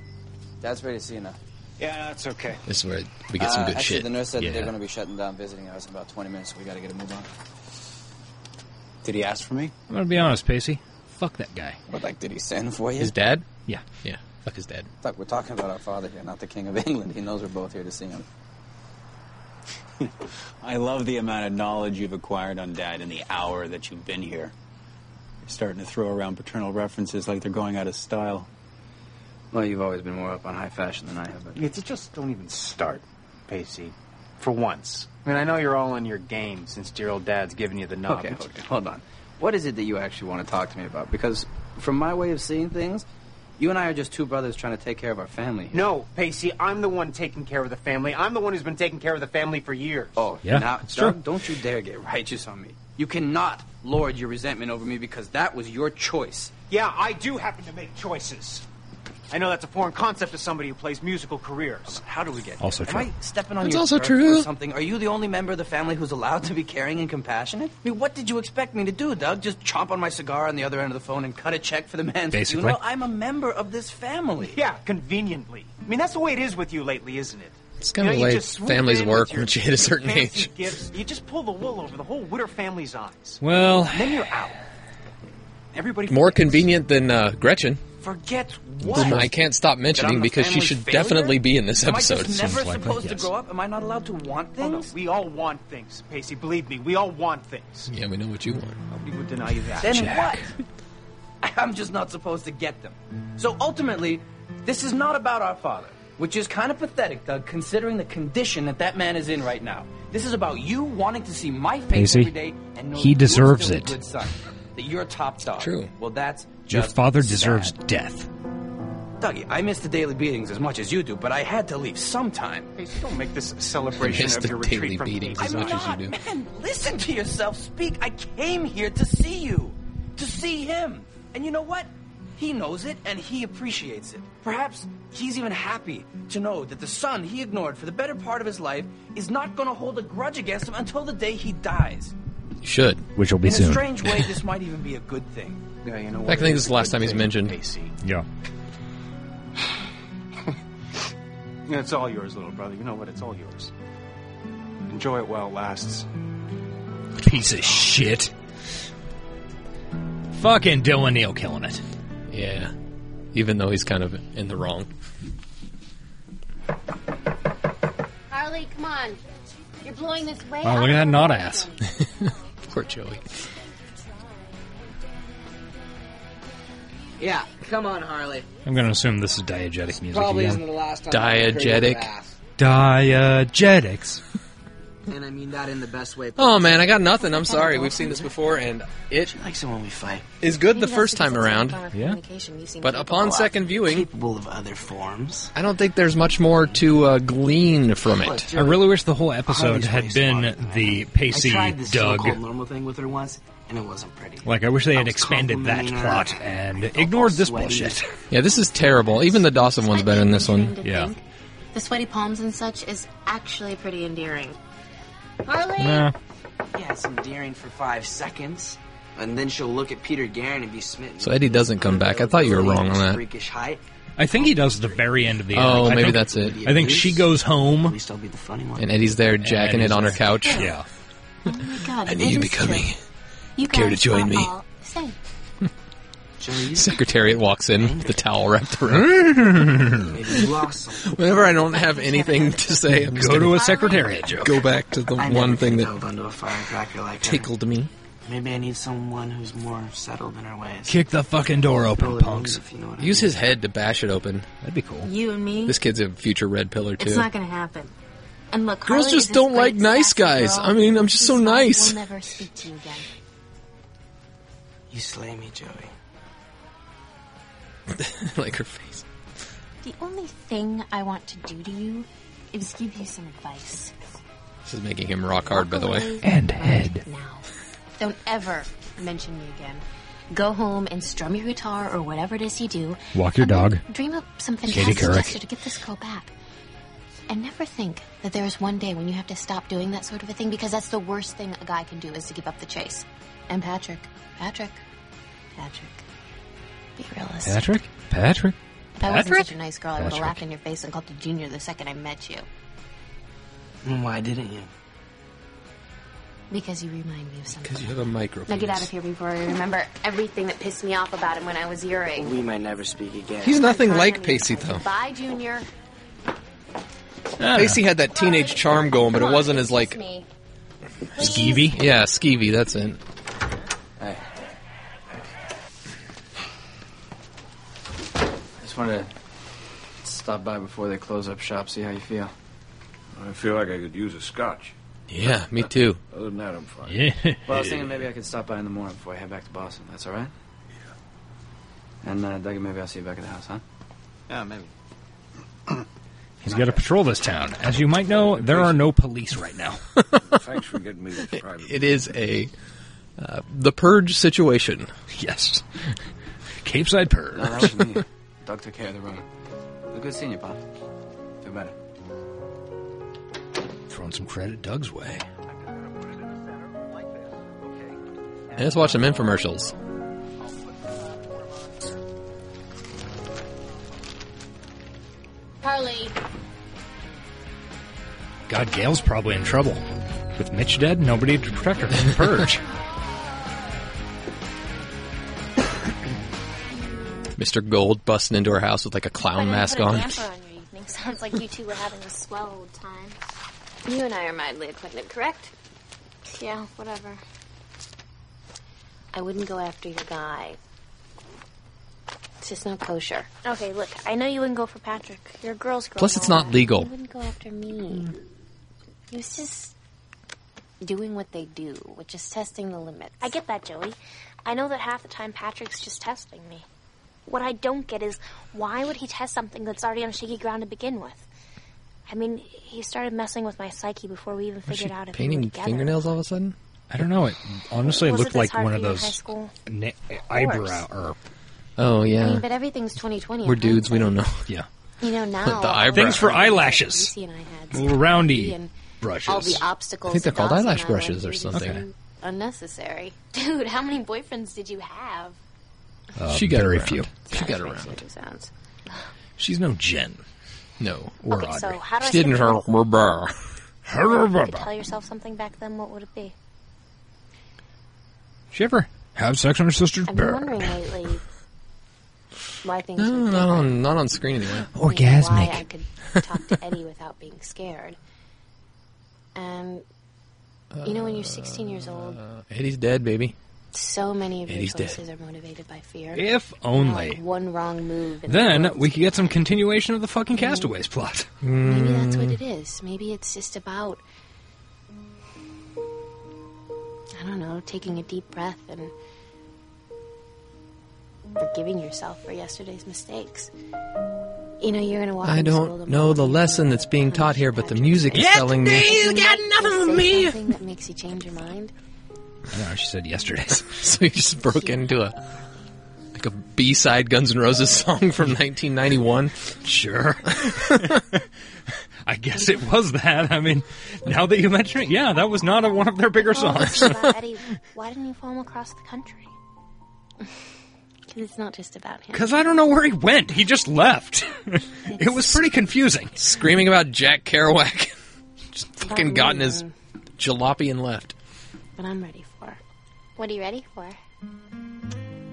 [SPEAKER 18] Dad's ready to see you now.
[SPEAKER 6] Yeah, that's okay.
[SPEAKER 3] This is where we get some
[SPEAKER 18] Uh,
[SPEAKER 3] good
[SPEAKER 18] actually,
[SPEAKER 3] shit.
[SPEAKER 18] The nurse said that
[SPEAKER 3] Yeah.
[SPEAKER 18] they're going to be shutting down visiting hours in about 20 minutes, so we got to get a move on.
[SPEAKER 6] Did he ask for me?
[SPEAKER 2] I'm gonna be honest, Pacey. Fuck that guy.
[SPEAKER 18] What, like, did he send for you?
[SPEAKER 2] His dad? Yeah.
[SPEAKER 3] Yeah, fuck his dad.
[SPEAKER 18] Look, we're talking about our father here, not the King of England. He knows we're both here to see him.
[SPEAKER 6] I love the amount of knowledge you've acquired on Dad in the hour that you've been here. You're starting to throw around paternal references like they're going out of style.
[SPEAKER 19] Well, you've always been more up on high fashion than I have. But...
[SPEAKER 4] You just don't even start, Pacey. For once. I mean, I know you're all in your game since dear old dad's giving you the knob.
[SPEAKER 18] Okay, okay, hold on. What is it that you actually want to talk to me about? Because from my way of seeing things, you and I are just two brothers trying to take care of our family.
[SPEAKER 4] No, Pacey, I'm the one taking care of the family. I'm the one who's been taking care of the family for years.
[SPEAKER 18] Oh,
[SPEAKER 4] Yeah,
[SPEAKER 18] Now,
[SPEAKER 4] it's
[SPEAKER 18] Doug,
[SPEAKER 4] true.
[SPEAKER 18] don't you dare get righteous on me. You cannot lord your resentment over me because that was your choice.
[SPEAKER 4] Yeah, I do happen to make choices. I know that's a foreign concept to somebody who plays musical careers.
[SPEAKER 18] How do we get
[SPEAKER 2] Also
[SPEAKER 18] Am
[SPEAKER 2] true.
[SPEAKER 18] I stepping on
[SPEAKER 17] That's
[SPEAKER 18] your
[SPEAKER 17] also
[SPEAKER 18] turf
[SPEAKER 17] true.
[SPEAKER 18] or something? Are you the only member of the family who's allowed to be caring and compassionate? I mean, what did you expect me to do, Doug? Just chomp on my cigar on the other end of the phone and cut a check for the man's
[SPEAKER 4] Basically.
[SPEAKER 18] funeral? I'm a member of this family.
[SPEAKER 4] Yeah, conveniently. I mean, that's the way it is with you lately, isn't it?
[SPEAKER 3] It's kind of
[SPEAKER 4] you know,
[SPEAKER 3] the way
[SPEAKER 4] you just swoop
[SPEAKER 3] families
[SPEAKER 4] in
[SPEAKER 3] work
[SPEAKER 4] with your
[SPEAKER 3] once you hit a certain
[SPEAKER 4] fancy
[SPEAKER 3] age.
[SPEAKER 4] Gifts. You just pull the wool over the whole Witter family's eyes.
[SPEAKER 2] Well,
[SPEAKER 4] And then you're out. Everybody
[SPEAKER 3] More convenient than uh, Gretchen,
[SPEAKER 18] Forget what?
[SPEAKER 3] whom I can't stop mentioning because she should definitely be in this episode.
[SPEAKER 18] Am I just never supposed to grow up? Am I not allowed to want
[SPEAKER 4] Oh, no,
[SPEAKER 18] things?
[SPEAKER 4] we all want things, Pacey. Believe me, we all want things.
[SPEAKER 3] Yeah, we know what you want.
[SPEAKER 4] Nobody would deny you that.
[SPEAKER 18] Then what? I'm just not supposed to get them. So ultimately, this is not about our father, which is kind of pathetic, Doug, considering the condition that that man is in right now. This is about you wanting to see my face
[SPEAKER 2] Pacey,
[SPEAKER 18] every day and know
[SPEAKER 2] he
[SPEAKER 18] that you're
[SPEAKER 2] deserves
[SPEAKER 18] still a
[SPEAKER 2] it.
[SPEAKER 18] Good son, that you're a top dog.
[SPEAKER 2] True.
[SPEAKER 18] Well, that's
[SPEAKER 2] Your
[SPEAKER 18] just
[SPEAKER 2] father
[SPEAKER 18] sad.
[SPEAKER 2] deserves death.
[SPEAKER 18] Dougie, I miss the daily beatings as much as you do, but I had to leave sometime.
[SPEAKER 4] Pacey, don't make this a celebration
[SPEAKER 18] Miss
[SPEAKER 4] of
[SPEAKER 18] the
[SPEAKER 4] your retreat
[SPEAKER 18] daily
[SPEAKER 4] from
[SPEAKER 18] beatings
[SPEAKER 4] Pacey.
[SPEAKER 18] as much as you do. Man, listen to yourself speak. I came here to see you, to see him. And you know what? He knows it and he appreciates it. Perhaps he's even happy to know that the son he ignored for the better part of his life is not going to hold a grudge against him until the day he dies.
[SPEAKER 3] You should. Which will
[SPEAKER 18] In a strange way, this might even be a good thing.
[SPEAKER 4] Yeah, you know
[SPEAKER 3] In fact, I think this is the last time he's mentioned.
[SPEAKER 2] Yeah.
[SPEAKER 4] Yeah, It's all yours, little brother. You know what? It's all yours. Enjoy it while it lasts.
[SPEAKER 2] Piece of shit. Fucking Dylan Neal killing it.
[SPEAKER 3] Yeah. Even though he's kind of in the wrong.
[SPEAKER 20] Harley, come on. You're blowing this way.
[SPEAKER 2] Wow, look at that knot ass.
[SPEAKER 3] Poor Joey.
[SPEAKER 13] Yeah, come on, Harley.
[SPEAKER 2] I'm going to assume this is diegetic music.
[SPEAKER 13] Probably
[SPEAKER 2] again.
[SPEAKER 13] isn't the last time I'm gonna curl your ass.
[SPEAKER 2] Diegetics.
[SPEAKER 13] And I mean that in the best way
[SPEAKER 3] Oh man, I got nothing. I'm sorry. We've seen this before, and it likes it when we fight. Is good the first time around. But upon second viewing, capable of other forms. I don't think there's much more to uh, glean from it.
[SPEAKER 2] I really wish the whole episode had been the Pacey
[SPEAKER 13] I tried this
[SPEAKER 2] Doug.
[SPEAKER 13] so-called normal thing with her once, and it wasn't pretty.
[SPEAKER 2] Like, I wish they had
[SPEAKER 13] I was
[SPEAKER 2] expanded that
[SPEAKER 13] complimenting her.
[SPEAKER 2] plot and ignored this bullshit.
[SPEAKER 3] Yeah, this is terrible. Even the Dawson one's better than this one.
[SPEAKER 2] Yeah.
[SPEAKER 7] the sweaty palms and such is actually pretty endearing.
[SPEAKER 13] Harley?
[SPEAKER 2] Nah.
[SPEAKER 13] Yeah, it's endearing for five seconds, and then she'll look at Peter Garrett and be smitten.
[SPEAKER 3] So Eddie doesn't come back. I thought you were wrong on that.
[SPEAKER 13] Freakish height.
[SPEAKER 2] I think he does the very end of the.
[SPEAKER 3] Oh,
[SPEAKER 2] I
[SPEAKER 3] maybe
[SPEAKER 2] think-
[SPEAKER 3] that's it.
[SPEAKER 2] I think she goes home. At
[SPEAKER 13] least I'll be the funny one.
[SPEAKER 3] And Eddie's there
[SPEAKER 2] And
[SPEAKER 3] jacking
[SPEAKER 2] Eddie's
[SPEAKER 3] it on her
[SPEAKER 2] there.
[SPEAKER 3] couch.
[SPEAKER 2] Yeah.
[SPEAKER 7] Oh my god.
[SPEAKER 3] I
[SPEAKER 7] it
[SPEAKER 3] knew you'd
[SPEAKER 7] is
[SPEAKER 3] be coming.
[SPEAKER 7] true. You
[SPEAKER 3] Care to
[SPEAKER 7] guys
[SPEAKER 3] join
[SPEAKER 7] are
[SPEAKER 3] me?
[SPEAKER 7] all the same.
[SPEAKER 3] Secretariat walks in, the towel wrapped around. Whenever I don't have anything to say, I'm just
[SPEAKER 2] Go to
[SPEAKER 3] gonna
[SPEAKER 2] a secretariat joke.
[SPEAKER 3] Go back to the
[SPEAKER 13] I never
[SPEAKER 3] one thing
[SPEAKER 13] could've
[SPEAKER 3] that
[SPEAKER 13] held onto a firecracker like her.
[SPEAKER 3] tickled me.
[SPEAKER 13] Maybe I need someone who's more settled in her ways.
[SPEAKER 2] Kick the fucking door open, punks.
[SPEAKER 3] Use his head to bash it open.
[SPEAKER 2] That'd be cool.
[SPEAKER 7] You and me.
[SPEAKER 3] This kid's a future red pillar too.
[SPEAKER 7] It's not going to happen. And look,
[SPEAKER 3] Girls
[SPEAKER 7] Harley
[SPEAKER 3] just
[SPEAKER 7] is
[SPEAKER 3] don't
[SPEAKER 7] this great
[SPEAKER 3] like nice
[SPEAKER 7] sassy
[SPEAKER 3] guys.
[SPEAKER 7] girl
[SPEAKER 3] I mean, I'm just so
[SPEAKER 7] whose mind
[SPEAKER 3] nice.
[SPEAKER 7] Will never speak to you again.
[SPEAKER 13] You slay me, Joey.
[SPEAKER 3] like her face.
[SPEAKER 7] The only thing I want to do to you is give you some advice.
[SPEAKER 3] This is making him rock hard, by the way.
[SPEAKER 7] And head. Don't ever mention me again. Go home and strum your guitar or whatever it is you do.
[SPEAKER 2] Walk your dog.
[SPEAKER 7] Dream up some
[SPEAKER 2] Katie
[SPEAKER 7] fantastic
[SPEAKER 2] Couric.
[SPEAKER 7] gesture to get this girl back. And never think that there is one day when you have to stop doing that sort of a thing because that's the worst thing a guy can do is to give up the chase. And Patrick, Patrick, Patrick, be realistic.
[SPEAKER 2] Patrick? Patrick?
[SPEAKER 7] If I wasn't such a nice girl, I would have
[SPEAKER 13] Patrick.
[SPEAKER 7] laughed in your face and called you Junior the second I met you
[SPEAKER 13] Well, Mm, Why didn't you?
[SPEAKER 7] because you remind me of something.
[SPEAKER 3] Because you have a microphone.
[SPEAKER 7] Now get out of here before I remember everything that pissed me off about him when I was your age.
[SPEAKER 13] We might never speak again.
[SPEAKER 3] He's nothing like Pacey, though.
[SPEAKER 7] Bye, Junior.
[SPEAKER 3] Pacey had that teenage charm going, but it wasn't as, like,
[SPEAKER 7] Me.
[SPEAKER 3] Skeevy? Yeah, skeevy, that's it.
[SPEAKER 21] I just wanted to stop by before they close up shop, see how you feel.
[SPEAKER 15] I feel like I could use a scotch.
[SPEAKER 3] Yeah, me too.
[SPEAKER 15] Other than that, I'm fine.
[SPEAKER 21] Well, I was thinking maybe I could stop by in the morning before I head back to Boston. That's all right? Yeah. And, uh, Dougie, maybe I'll see you back at the house, huh? Yeah, maybe.
[SPEAKER 2] He's got to patrol this town. As you might know, there are no police right now.
[SPEAKER 15] Thanks for getting me this private.
[SPEAKER 3] It is a uh, the purge situation.
[SPEAKER 2] Yes, Cape Side Purge.
[SPEAKER 21] No, that was me. Doug took care of the road. It was good seeing you, Pop. Feel better.
[SPEAKER 2] Throwing some credit Doug's way.
[SPEAKER 3] And let's watch some infomercials.
[SPEAKER 10] Harley.
[SPEAKER 2] God, Gail's probably in trouble. With Mitch dead, nobody to protect her from the purge.
[SPEAKER 3] Mr. Gold busting into her house with like a clown mask
[SPEAKER 12] put a
[SPEAKER 3] on.
[SPEAKER 12] damper on your evening. Sounds like you two were having a swell old time.
[SPEAKER 7] You and I are mildly acquainted, correct?
[SPEAKER 12] Yeah, whatever.
[SPEAKER 7] I wouldn't go after your guy. It's just not kosher.
[SPEAKER 12] Okay, look, I know you wouldn't go for Patrick. You're a girl's girl.
[SPEAKER 3] Plus,
[SPEAKER 12] and
[SPEAKER 3] it's
[SPEAKER 12] all
[SPEAKER 3] not
[SPEAKER 12] that.
[SPEAKER 3] legal.
[SPEAKER 12] You wouldn't
[SPEAKER 7] Go after me. He was just doing what they do, which is testing the limits.
[SPEAKER 12] I get that, Joey. I know that half the time Patrick's just testing me. What I don't get is why would he test something that's already on shaky ground to begin with? I mean, he started messing with my psyche before we even figured out if we were
[SPEAKER 3] Painting
[SPEAKER 12] together.
[SPEAKER 3] fingernails all of a sudden?
[SPEAKER 2] I don't know. It honestly
[SPEAKER 12] Was it
[SPEAKER 2] looked
[SPEAKER 12] this
[SPEAKER 2] like
[SPEAKER 12] hard
[SPEAKER 2] one
[SPEAKER 12] for
[SPEAKER 2] of
[SPEAKER 12] you in high
[SPEAKER 2] those
[SPEAKER 12] school?
[SPEAKER 2] na-
[SPEAKER 12] Of
[SPEAKER 2] eyebrow
[SPEAKER 12] course.
[SPEAKER 2] or
[SPEAKER 3] Oh
[SPEAKER 7] I
[SPEAKER 3] yeah,
[SPEAKER 7] mean, but everything's 2020.
[SPEAKER 3] we're dudes. We don't know.
[SPEAKER 2] Yeah.
[SPEAKER 7] You know now.
[SPEAKER 3] The eyebrow.
[SPEAKER 2] things for eyelashes.
[SPEAKER 7] Lucy and I had
[SPEAKER 2] Little roundy
[SPEAKER 7] and
[SPEAKER 2] brushes.
[SPEAKER 7] All the obstacles.
[SPEAKER 3] I think they're called
[SPEAKER 7] Dawson and
[SPEAKER 3] eyelash
[SPEAKER 7] I
[SPEAKER 3] brushes
[SPEAKER 7] went
[SPEAKER 3] or
[SPEAKER 7] through
[SPEAKER 3] something.
[SPEAKER 7] just
[SPEAKER 3] Okay.
[SPEAKER 7] Unnecessary. Dude, how many boyfriends did you have?
[SPEAKER 2] Uh,
[SPEAKER 3] she got
[SPEAKER 2] very
[SPEAKER 3] around.
[SPEAKER 2] few.
[SPEAKER 3] She got
[SPEAKER 7] Makes
[SPEAKER 3] around.
[SPEAKER 7] no sounds.
[SPEAKER 2] She's no Jen.
[SPEAKER 3] No,
[SPEAKER 2] or
[SPEAKER 12] Okay,
[SPEAKER 2] Audrey.
[SPEAKER 12] so how do I
[SPEAKER 3] she didn't.
[SPEAKER 12] say-
[SPEAKER 3] Her, her, her,
[SPEAKER 12] If you could tell yourself something back then, what would it be?
[SPEAKER 2] She ever have sex on her sister's
[SPEAKER 7] I've been
[SPEAKER 2] bed?
[SPEAKER 7] wondering lately why things
[SPEAKER 3] No,
[SPEAKER 7] were
[SPEAKER 3] not on not on screen anyway.
[SPEAKER 7] different, Why I could talk to Eddie without being scared. And you know, when you're 16 years old,
[SPEAKER 3] Eddie's dead, baby.
[SPEAKER 7] so many of your
[SPEAKER 3] Eddie's dead.
[SPEAKER 7] choices are motivated by fear.
[SPEAKER 2] If
[SPEAKER 7] You know,
[SPEAKER 2] only.
[SPEAKER 7] like, one wrong move. and
[SPEAKER 2] Then we could get some continuation of the fucking Castaways plot.
[SPEAKER 7] Maybe that's
[SPEAKER 3] Mm.
[SPEAKER 7] what it is. Maybe it's just about, I don't know, taking a deep breath and forgiving yourself for yesterday's mistakes. You know, you're going to walk
[SPEAKER 3] I
[SPEAKER 7] into
[SPEAKER 3] don't know the lesson that's being taught here, but the music is
[SPEAKER 7] Yes,
[SPEAKER 3] telling me.
[SPEAKER 7] got nothing
[SPEAKER 5] on me.
[SPEAKER 7] Something that makes you change your mind.
[SPEAKER 2] I don't know. She said yesterday's.
[SPEAKER 3] so you just broke into a like a B side Guns N' Roses song from 1991.
[SPEAKER 2] Sure. I guess it was that. I mean, now that you mention it, yeah, that was not a, one of their bigger
[SPEAKER 12] Oh,
[SPEAKER 2] songs.
[SPEAKER 12] about Eddie, why didn't you follow him across the country?
[SPEAKER 7] Because it's not just about him.
[SPEAKER 2] Because I don't know where he went. He just left. it was pretty confusing.
[SPEAKER 3] Screaming about Jack Kerouac. just
[SPEAKER 7] Oh,
[SPEAKER 3] fucking got in his jalopy and left.
[SPEAKER 7] But I'm ready for.
[SPEAKER 12] What are you ready for?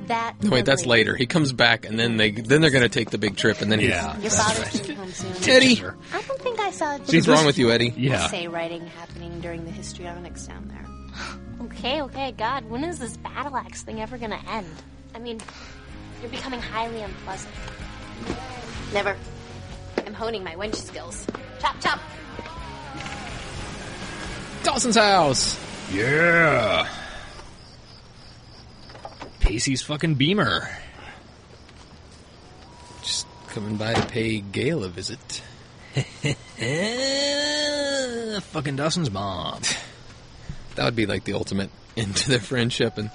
[SPEAKER 12] That.
[SPEAKER 3] No, wait, that's later. He comes back, and then they then they're gonna take the big trip, and then he's
[SPEAKER 2] Yeah.
[SPEAKER 7] Your father's coming home soon.
[SPEAKER 3] Eddie.
[SPEAKER 7] I don't think I saw.
[SPEAKER 3] What is wrong with you, Edddy? Yeah.
[SPEAKER 7] Essay writing happening during the histrionics down there.
[SPEAKER 12] Okay, okay, God, when is this battle axe thing ever gonna end? I mean, you're becoming highly unpleasant.
[SPEAKER 7] Never. I'm honing my wench skills. Chop, chop.
[SPEAKER 3] Dawson's house.
[SPEAKER 2] Yeah. Pacey's fucking Beamer.
[SPEAKER 3] Just coming by to pay Gail a visit.
[SPEAKER 2] Eh, fucking Dustin's mom.
[SPEAKER 3] That would be like the ultimate end to their friendship and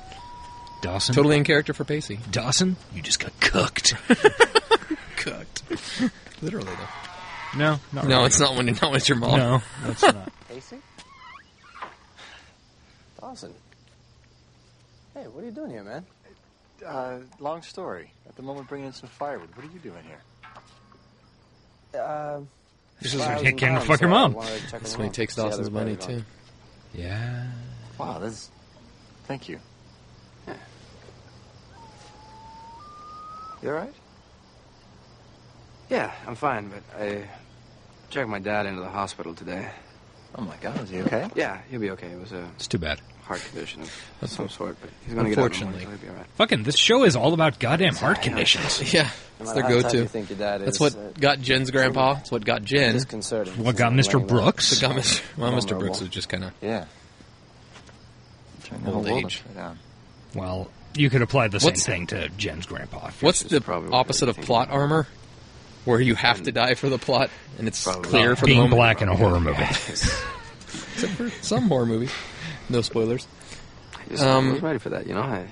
[SPEAKER 2] Dawson.
[SPEAKER 3] Totally in character for Pacey.
[SPEAKER 2] Dawson, you just got cooked.
[SPEAKER 3] cooked. Literally though.
[SPEAKER 2] No, not
[SPEAKER 3] No,
[SPEAKER 2] really.
[SPEAKER 3] it's not when not when it's your mom.
[SPEAKER 2] No, that's not.
[SPEAKER 22] Casey? Dawson. Hey, what are you doing here, man? Uh, long story. At the moment, bringing in some firewood. What are you doing here? Uh,
[SPEAKER 2] This is
[SPEAKER 22] I
[SPEAKER 2] when
[SPEAKER 22] was
[SPEAKER 2] he
[SPEAKER 22] in
[SPEAKER 2] came to
[SPEAKER 22] town,
[SPEAKER 2] fuck
[SPEAKER 22] so
[SPEAKER 2] your
[SPEAKER 22] I
[SPEAKER 2] mom.
[SPEAKER 22] wanted to check
[SPEAKER 3] That's
[SPEAKER 22] him
[SPEAKER 3] when he
[SPEAKER 22] out,
[SPEAKER 3] takes
[SPEAKER 22] see how
[SPEAKER 3] Dawson's
[SPEAKER 22] they're
[SPEAKER 3] money
[SPEAKER 22] going.
[SPEAKER 3] too. Yeah.
[SPEAKER 22] Wow, that's. Thank you.
[SPEAKER 6] You alright? Yeah, I'm fine, but I dragged my dad into the hospital today.
[SPEAKER 22] Oh my god, is he okay?
[SPEAKER 6] Yeah, he'll be okay. It was a
[SPEAKER 2] It's too bad.
[SPEAKER 6] heart condition of some sort, but he's gonna get out in the
[SPEAKER 2] Unfortunately,
[SPEAKER 6] morning, so he'll be all right.
[SPEAKER 2] fucking this show is all about goddamn heart conditions.
[SPEAKER 3] Yeah. It's their go to. That's what
[SPEAKER 6] uh,
[SPEAKER 3] got Jen's grandpa. That's what got Jen.
[SPEAKER 22] Disconcerting.
[SPEAKER 2] What got Mr. Brooks?
[SPEAKER 3] What got Mr. Well, Mr.
[SPEAKER 22] Vulnerable.
[SPEAKER 3] Brooks was just kind of
[SPEAKER 22] Yeah.
[SPEAKER 3] old
[SPEAKER 22] whole world
[SPEAKER 3] age.
[SPEAKER 22] upside down.
[SPEAKER 2] Well, you could apply the same
[SPEAKER 3] What's-
[SPEAKER 2] thing to Jen's grandpa. if you-
[SPEAKER 3] What's the opposite of plot armor? Where you have to die for the plot, and it's clear for
[SPEAKER 2] being
[SPEAKER 3] the moment.
[SPEAKER 2] black in a horror movie?
[SPEAKER 3] Except for some horror movie. No spoilers. Um,
[SPEAKER 6] Just, I was ready for that, you know. I,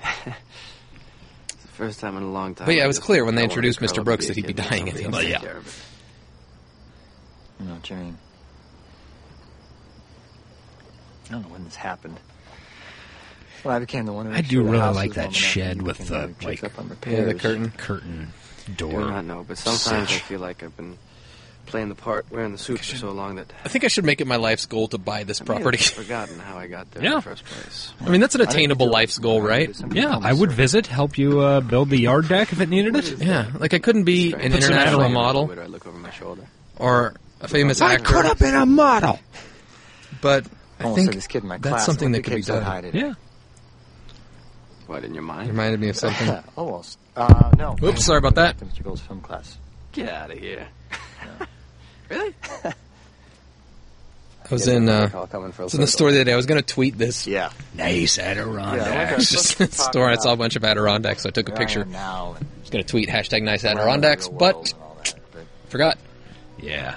[SPEAKER 6] it's the first time in a long time.
[SPEAKER 3] But yeah,
[SPEAKER 6] I
[SPEAKER 3] it was
[SPEAKER 6] just-
[SPEAKER 3] clear when they
[SPEAKER 6] I wanted
[SPEAKER 3] introduced
[SPEAKER 6] to curl
[SPEAKER 3] Mr.
[SPEAKER 6] up
[SPEAKER 3] Brooks that
[SPEAKER 6] and
[SPEAKER 3] he'd be
[SPEAKER 6] a kid,
[SPEAKER 3] dying at
[SPEAKER 6] somebody
[SPEAKER 3] the end.
[SPEAKER 6] else
[SPEAKER 3] Well, yeah.
[SPEAKER 6] take care of
[SPEAKER 22] I know what you mean. I don't know when this happened. When I became the one who
[SPEAKER 2] I do really like that shed with the like
[SPEAKER 6] curtain.
[SPEAKER 2] curtain
[SPEAKER 6] it.
[SPEAKER 2] door.
[SPEAKER 6] I do not know, but sometimes I
[SPEAKER 2] Such-
[SPEAKER 6] feel like I've been playing the part, wearing the suit for so long that
[SPEAKER 3] I think I should make it my life's goal to buy this
[SPEAKER 6] I may have
[SPEAKER 3] property.
[SPEAKER 6] forgotten how I got there in
[SPEAKER 3] Yeah.
[SPEAKER 6] the first place.
[SPEAKER 3] I mean, that's an
[SPEAKER 6] I didn't
[SPEAKER 3] attainable
[SPEAKER 6] do it.
[SPEAKER 3] life's goal, right?
[SPEAKER 2] Yeah, I would visit, help you uh, build the yard deck if it needed it.
[SPEAKER 3] Yeah, like I couldn't be
[SPEAKER 2] Put
[SPEAKER 3] an
[SPEAKER 2] some
[SPEAKER 3] international
[SPEAKER 2] metal in.
[SPEAKER 3] model
[SPEAKER 6] I look over my shoulder.
[SPEAKER 3] or a famous
[SPEAKER 2] I
[SPEAKER 3] actor.
[SPEAKER 2] could have been a model.
[SPEAKER 3] but I
[SPEAKER 6] Almost
[SPEAKER 3] think
[SPEAKER 6] said this kid in my
[SPEAKER 3] that's
[SPEAKER 6] class
[SPEAKER 3] something
[SPEAKER 6] with
[SPEAKER 3] that
[SPEAKER 6] the
[SPEAKER 3] could be
[SPEAKER 6] capes on
[SPEAKER 3] done.
[SPEAKER 6] high today.
[SPEAKER 3] yeah,
[SPEAKER 6] What in your mind?
[SPEAKER 3] reminded me of something.
[SPEAKER 22] Almost. Uh, no.
[SPEAKER 3] Oops, sorry about that.
[SPEAKER 22] Mr. Gold's film class.
[SPEAKER 6] Get out of here.
[SPEAKER 22] Really?
[SPEAKER 3] I was in. Uh,
[SPEAKER 22] I'll come in for a
[SPEAKER 3] I was in the
[SPEAKER 22] circle.
[SPEAKER 3] store the other day. I was going to tweet this.
[SPEAKER 22] Yeah.
[SPEAKER 2] Nice
[SPEAKER 3] Adirondacks. Just in the store, I saw a bunch of Adirondacks, so I took a picture.
[SPEAKER 22] now.
[SPEAKER 3] I was going to tweet hashtag nice Adirondacks, but forgot.
[SPEAKER 2] Yeah.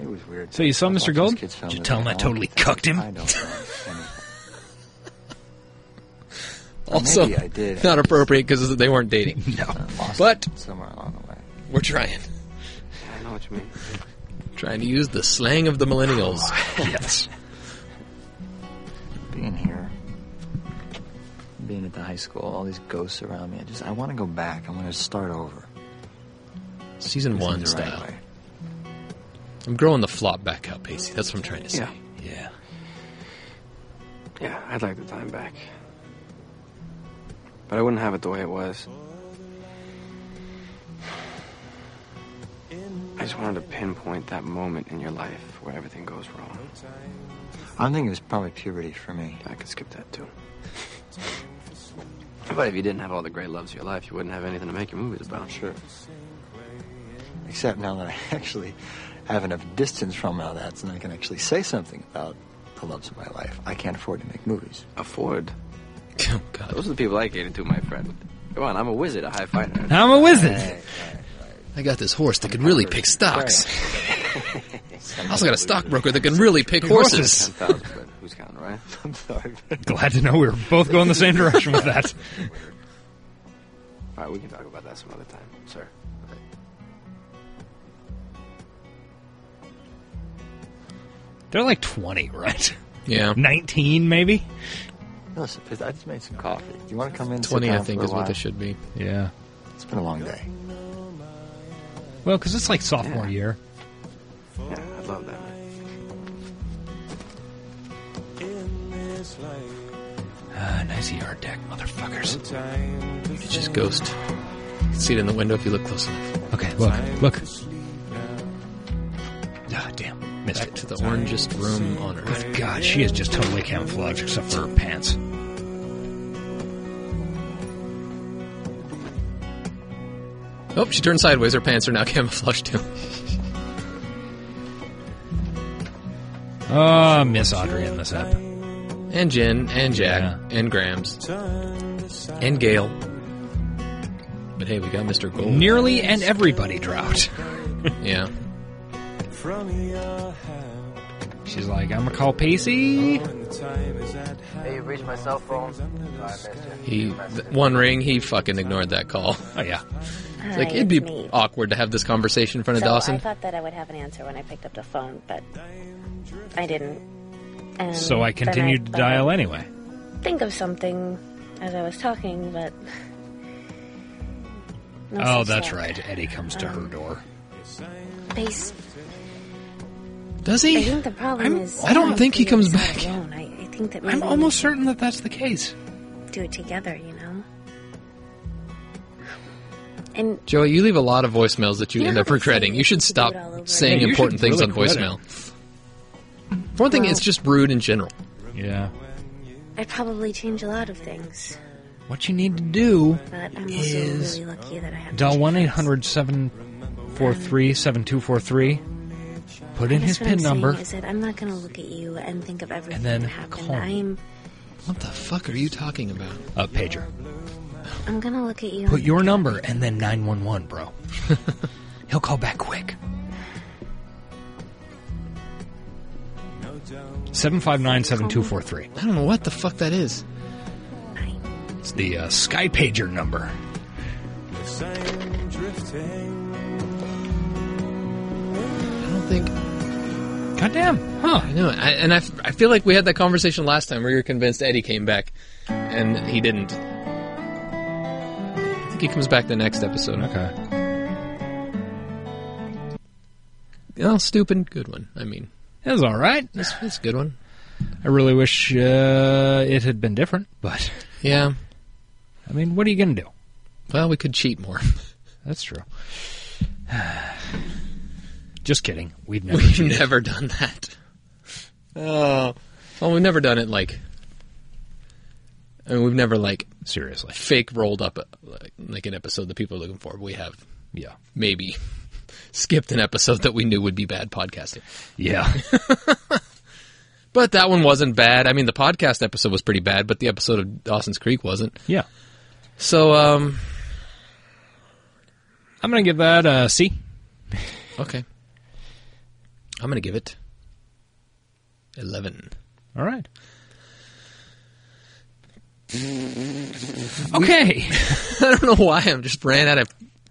[SPEAKER 22] It was weird.
[SPEAKER 2] So you saw
[SPEAKER 22] I
[SPEAKER 2] Mr.
[SPEAKER 22] thought
[SPEAKER 2] Gold?
[SPEAKER 22] these kids found
[SPEAKER 2] Did you
[SPEAKER 22] it
[SPEAKER 2] tell him I
[SPEAKER 22] out.
[SPEAKER 2] totally cucked him?
[SPEAKER 22] I don't know anything. Or
[SPEAKER 3] Also,
[SPEAKER 22] maybe I did.
[SPEAKER 3] not appropriate because they weren't dating.
[SPEAKER 2] No,
[SPEAKER 3] but
[SPEAKER 22] somewhere along the way,
[SPEAKER 3] we're trying,
[SPEAKER 6] I know what you mean.
[SPEAKER 3] trying to use the slang of the millennials.
[SPEAKER 2] yes.
[SPEAKER 22] Being here, being at the high school, all these ghosts around me. I just, I want to go back. I want to start over.
[SPEAKER 3] Season
[SPEAKER 22] This is
[SPEAKER 3] one
[SPEAKER 22] the right
[SPEAKER 3] style.
[SPEAKER 22] way.
[SPEAKER 3] I'm growing the flop back out, Pacey. That's what I'm trying to say.
[SPEAKER 6] Yeah.
[SPEAKER 2] Yeah.
[SPEAKER 6] Yeah, I'd like the time back. But I wouldn't have it the way it was. I just wanted to pinpoint that moment in your life where everything goes wrong.
[SPEAKER 22] I'm thinking it was probably puberty for me.
[SPEAKER 6] I could skip that too. But if you didn't have all the great loves of your life, you wouldn't have anything to make your movies about.
[SPEAKER 22] Sure. Except now that I actually have enough distance from all that, so that I can actually say something about the loves of my life. I can't afford to make movies.
[SPEAKER 6] Afford?
[SPEAKER 3] Oh, God.
[SPEAKER 6] Those are the people I catered to, my friend. Come on, I'm a wizard, a high fighter.
[SPEAKER 2] I'm a wizard.
[SPEAKER 3] I got this horse that can really pick stocks. I also got a stockbroker that can really pick horses.
[SPEAKER 6] 10,000, but who's counting, right?
[SPEAKER 22] I'm sorry.
[SPEAKER 2] Glad to know we were both going the same direction with that.
[SPEAKER 6] All right, we can talk about that some other time, sir.
[SPEAKER 2] They're like 20, right?
[SPEAKER 3] Yeah.
[SPEAKER 2] 19, maybe?
[SPEAKER 22] Listen, I just made some coffee. Do you want to come in? and sit
[SPEAKER 3] 20, I
[SPEAKER 22] down
[SPEAKER 3] think,
[SPEAKER 22] for a
[SPEAKER 3] is what
[SPEAKER 22] while?
[SPEAKER 3] they should be.
[SPEAKER 2] Yeah.
[SPEAKER 22] It's been a long day.
[SPEAKER 2] Well, because it's like sophomore
[SPEAKER 6] Yeah.
[SPEAKER 2] year.
[SPEAKER 6] Yeah, I'd love that.
[SPEAKER 2] Ah, nice yard deck, motherfuckers.
[SPEAKER 3] It's just ghost. You can see it in the window if you look close enough.
[SPEAKER 2] Okay, look, look. Ah, damn. Missed
[SPEAKER 3] Back
[SPEAKER 2] it.
[SPEAKER 3] to the orangest room on earth.
[SPEAKER 2] God, she is just totally camouflaged except for her pants.
[SPEAKER 3] Oh, she turned sideways. Her pants are now camouflaged too.
[SPEAKER 2] Ah, miss Audrey in this app.
[SPEAKER 3] And Jen, and Jack, and Grams, and Gail. But hey, we got Mr. Gold.
[SPEAKER 2] Nearly and everybody drought.
[SPEAKER 3] yeah.
[SPEAKER 1] From your house.
[SPEAKER 2] She's like, I'm gonna call Pacey.
[SPEAKER 13] Hey, you reached my cell phone. Oh, I missed you.
[SPEAKER 3] He th- one ring. He fucking ignored that call.
[SPEAKER 2] Oh yeah.
[SPEAKER 3] It's like
[SPEAKER 23] Hi,
[SPEAKER 3] it'd be
[SPEAKER 23] it's me.
[SPEAKER 3] awkward to have this conversation in front of
[SPEAKER 23] so I
[SPEAKER 3] Dawson.
[SPEAKER 23] thought that I would have an answer when I picked up the phone, but I didn't. And
[SPEAKER 2] So I
[SPEAKER 23] then
[SPEAKER 2] continued to
[SPEAKER 23] thought
[SPEAKER 2] dial
[SPEAKER 23] I'd
[SPEAKER 2] anyway.
[SPEAKER 23] Think of something as I was talking, but. no
[SPEAKER 2] oh,
[SPEAKER 23] such
[SPEAKER 2] that's
[SPEAKER 23] luck.
[SPEAKER 2] right. Eddie comes to her
[SPEAKER 23] Um,
[SPEAKER 2] door.
[SPEAKER 23] They s-
[SPEAKER 3] Does he?
[SPEAKER 23] I think the problem
[SPEAKER 3] I'm-
[SPEAKER 23] is.
[SPEAKER 3] I don't think he
[SPEAKER 23] figure
[SPEAKER 3] comes
[SPEAKER 23] this out
[SPEAKER 3] back.
[SPEAKER 23] Alone. I, I think that
[SPEAKER 2] I'm
[SPEAKER 23] maybe
[SPEAKER 2] almost certain that that's the case.
[SPEAKER 23] we do it together, you know? And
[SPEAKER 3] Joey, you leave a lot of voicemails that you
[SPEAKER 23] You
[SPEAKER 3] end
[SPEAKER 23] know
[SPEAKER 3] up
[SPEAKER 23] what I'm
[SPEAKER 3] regretting. You should stop
[SPEAKER 23] all over
[SPEAKER 3] saying
[SPEAKER 2] Yeah, you
[SPEAKER 3] important
[SPEAKER 2] should
[SPEAKER 3] things
[SPEAKER 2] really
[SPEAKER 3] on
[SPEAKER 2] quit it.
[SPEAKER 3] voicemail. For one thing,
[SPEAKER 23] Well-
[SPEAKER 3] it's just rude in general.
[SPEAKER 2] Yeah.
[SPEAKER 23] I'd probably change a lot of things,
[SPEAKER 2] What you need to do
[SPEAKER 23] but I'm also
[SPEAKER 2] is
[SPEAKER 23] really lucky that I have.
[SPEAKER 2] dial 1 800 743 7243, put in
[SPEAKER 23] That's
[SPEAKER 2] his
[SPEAKER 23] what
[SPEAKER 2] PIN
[SPEAKER 23] I'm saying
[SPEAKER 2] number.
[SPEAKER 23] Is that I'm not going to look at you and think of everything
[SPEAKER 2] then
[SPEAKER 23] that happened.
[SPEAKER 2] call me.
[SPEAKER 23] I'm
[SPEAKER 3] What the fuck are you talking about?
[SPEAKER 2] A Uh, pager.
[SPEAKER 23] I'm going to look at you.
[SPEAKER 2] Put
[SPEAKER 23] and-
[SPEAKER 2] your number and then 911, bro. He'll call back quick. 759 7243.
[SPEAKER 3] I don't know what the fuck that is.
[SPEAKER 2] It's the uh, Sky Pager number.
[SPEAKER 3] I don't think.
[SPEAKER 2] Goddamn. Huh.
[SPEAKER 3] I know. I, and I, f- I feel like we had that conversation last time where you were convinced Eddie came back, and he didn't. I think he comes back the next episode.
[SPEAKER 2] Okay.
[SPEAKER 3] Oh, stupid. Good one. I mean,
[SPEAKER 2] It was all right.
[SPEAKER 3] this was a good one.
[SPEAKER 2] I really wish uh, it had been different, but
[SPEAKER 3] Yeah.
[SPEAKER 2] I mean, what are you going to do?
[SPEAKER 3] Well, we could cheat more.
[SPEAKER 2] That's true. Just kidding. We've never.
[SPEAKER 3] We've
[SPEAKER 2] cheated.
[SPEAKER 3] never done that. Oh. Well, we've never done it like. I mean, we've never like
[SPEAKER 2] Seriously.
[SPEAKER 3] fake rolled up uh, like, like an episode that people are looking for. We have
[SPEAKER 2] Yeah.
[SPEAKER 3] maybe skipped an episode that we knew would be bad podcasting.
[SPEAKER 2] Yeah.
[SPEAKER 3] But that one wasn't bad. I mean, the podcast episode was pretty bad, but the episode of Dawson's Creek wasn't.
[SPEAKER 2] Yeah.
[SPEAKER 3] So, um,
[SPEAKER 2] I'm going to give that a C.
[SPEAKER 3] okay. I'm going to give it 11.
[SPEAKER 2] All right. Okay.
[SPEAKER 3] I don't know why I'm just ran out of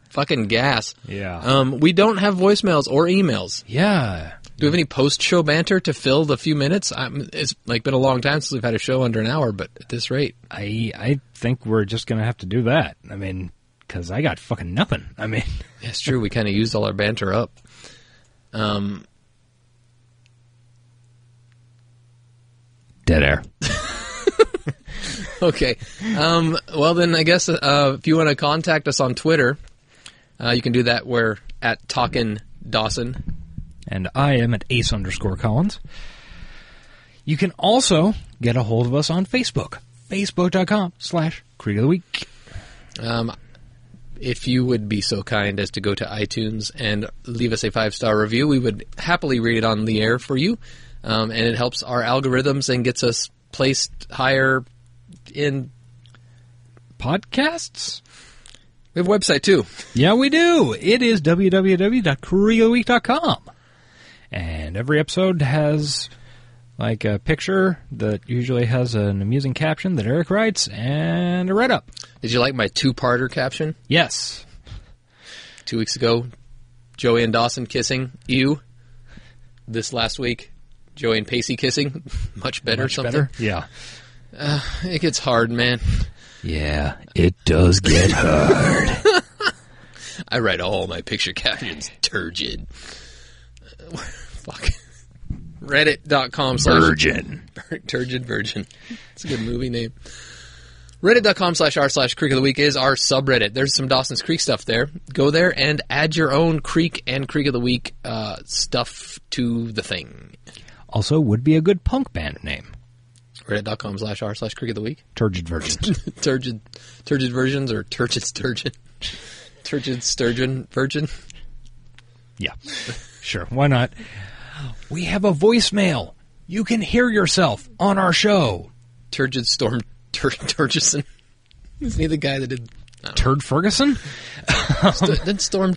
[SPEAKER 3] fucking gas.
[SPEAKER 2] Yeah.
[SPEAKER 3] Um, we don't have voicemails or emails.
[SPEAKER 2] yeah.
[SPEAKER 3] Do we have any post-show banter to fill the few minutes? I'm, it's like been a long time since we've had a show under an hour, but at this rate,
[SPEAKER 2] I I think we're just going to have to do that. I mean, because I got fucking nothing. I mean,
[SPEAKER 3] That's true. We kind of used all our banter up. Um,
[SPEAKER 2] dead air.
[SPEAKER 3] okay. Um, well, then I guess uh, if you want to contact us on Twitter, uh, you can do that. We're at Talkin Dawson.
[SPEAKER 2] And I am at ace underscore Collins. You can also get a hold of us on Facebook. Facebook.com slash Creek of the Week.
[SPEAKER 3] Um, if you would be so kind as to go to iTunes and leave us a five star review, we would happily read it on the air for you. Um, and it helps our algorithms and gets us placed higher in.
[SPEAKER 2] Podcasts?
[SPEAKER 3] We have a website too.
[SPEAKER 2] Yeah, we do. It is www.careerweek.com. And every episode has like a picture that usually has an amusing caption that Eric writes and a write up.
[SPEAKER 3] Did you like my two parter caption
[SPEAKER 2] Yes.
[SPEAKER 3] two weeks ago? Joey and Dawson kissing you. This last week, Joey and Pacey kissing. Much better.
[SPEAKER 2] Much
[SPEAKER 3] something.
[SPEAKER 2] better. Yeah.
[SPEAKER 3] It gets hard, man.
[SPEAKER 2] Yeah, it does get hard.
[SPEAKER 3] I write all my picture captions turgid. Uh, Fuck. Reddit.com slash
[SPEAKER 2] Virgin.
[SPEAKER 3] Turgid Virgin. It's a good movie name. Reddit.com slash r slash Creek of the Week is our subreddit. There's some Dawson's Creek stuff there. Go there and add your own Creek and Creek of the Week uh, stuff to the thing.
[SPEAKER 2] Also, would be a good punk band name.
[SPEAKER 3] Reddit.com slash r slash Creek of the Week.
[SPEAKER 2] Turgid Virgin.
[SPEAKER 3] turgid, turgid versions or turgid sturgeon. Turgid sturgeon virgin.
[SPEAKER 2] Yeah. Sure. Why not? We have a voicemail. You can hear yourself on our show.
[SPEAKER 3] Turgid Storm Tur- Turgeson. Isn't he the guy that did? I don't
[SPEAKER 2] Turd Ferguson?
[SPEAKER 3] know. St- did Storm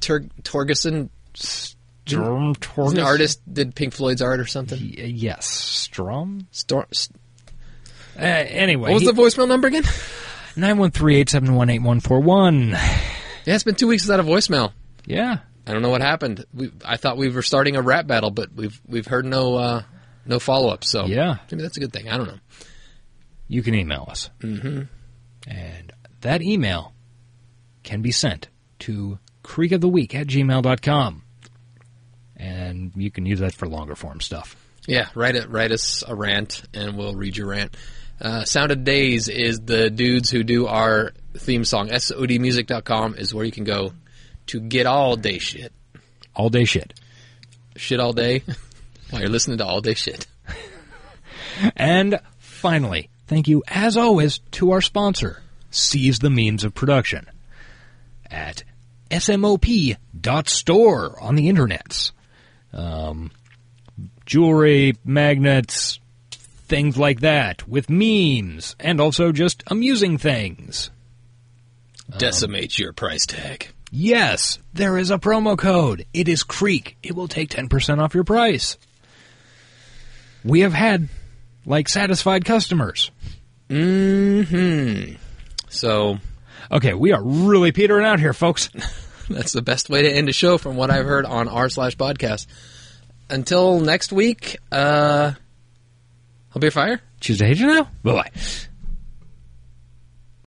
[SPEAKER 3] Tur- Torgeson
[SPEAKER 2] Storm
[SPEAKER 3] He's an artist, did Pink Floyd's art or something?
[SPEAKER 2] yes. Strom?
[SPEAKER 3] Storm. St-
[SPEAKER 2] uh, anyway.
[SPEAKER 3] What was the voicemail number again?
[SPEAKER 2] 913 871 8141.
[SPEAKER 3] Yeah, it's been two weeks without a voicemail.
[SPEAKER 2] Yeah.
[SPEAKER 3] I don't know what happened. We, I thought we were starting a rap battle, but we've we've heard no uh, no follow up. So
[SPEAKER 2] Yeah.
[SPEAKER 3] maybe that's a good thing. I don't know.
[SPEAKER 2] You can email us.
[SPEAKER 3] Mm-hmm.
[SPEAKER 2] And that email can be sent to creekoftheweek at gmail.com. And you can use that for longer form stuff.
[SPEAKER 3] Yeah, write it. Write us a rant, and we'll read your rant. Uh, Sound of Days is the dudes who do our theme song. SODmusic.com is where you can go to get all day shit.
[SPEAKER 2] All day shit.
[SPEAKER 3] Shit all day while you're listening to all day shit.
[SPEAKER 2] And finally, thank you, as always, to our sponsor, Seize the Means of Production, at smop.store on the internets. Um, jewelry, magnets, things like that, with memes, and also just amusing things.
[SPEAKER 3] Decimate your price tag.
[SPEAKER 2] Yes, there is a promo code. It is Creek. It will take 10% off your price. We have had, like, satisfied customers.
[SPEAKER 3] Mm-hmm. So,
[SPEAKER 2] okay, we are really petering out here, folks.
[SPEAKER 3] That's the best way to end a show, from what I've heard on r slash podcast. Until next week, uh, I'll be a fire.
[SPEAKER 2] Tuesday, you know? Bye bye.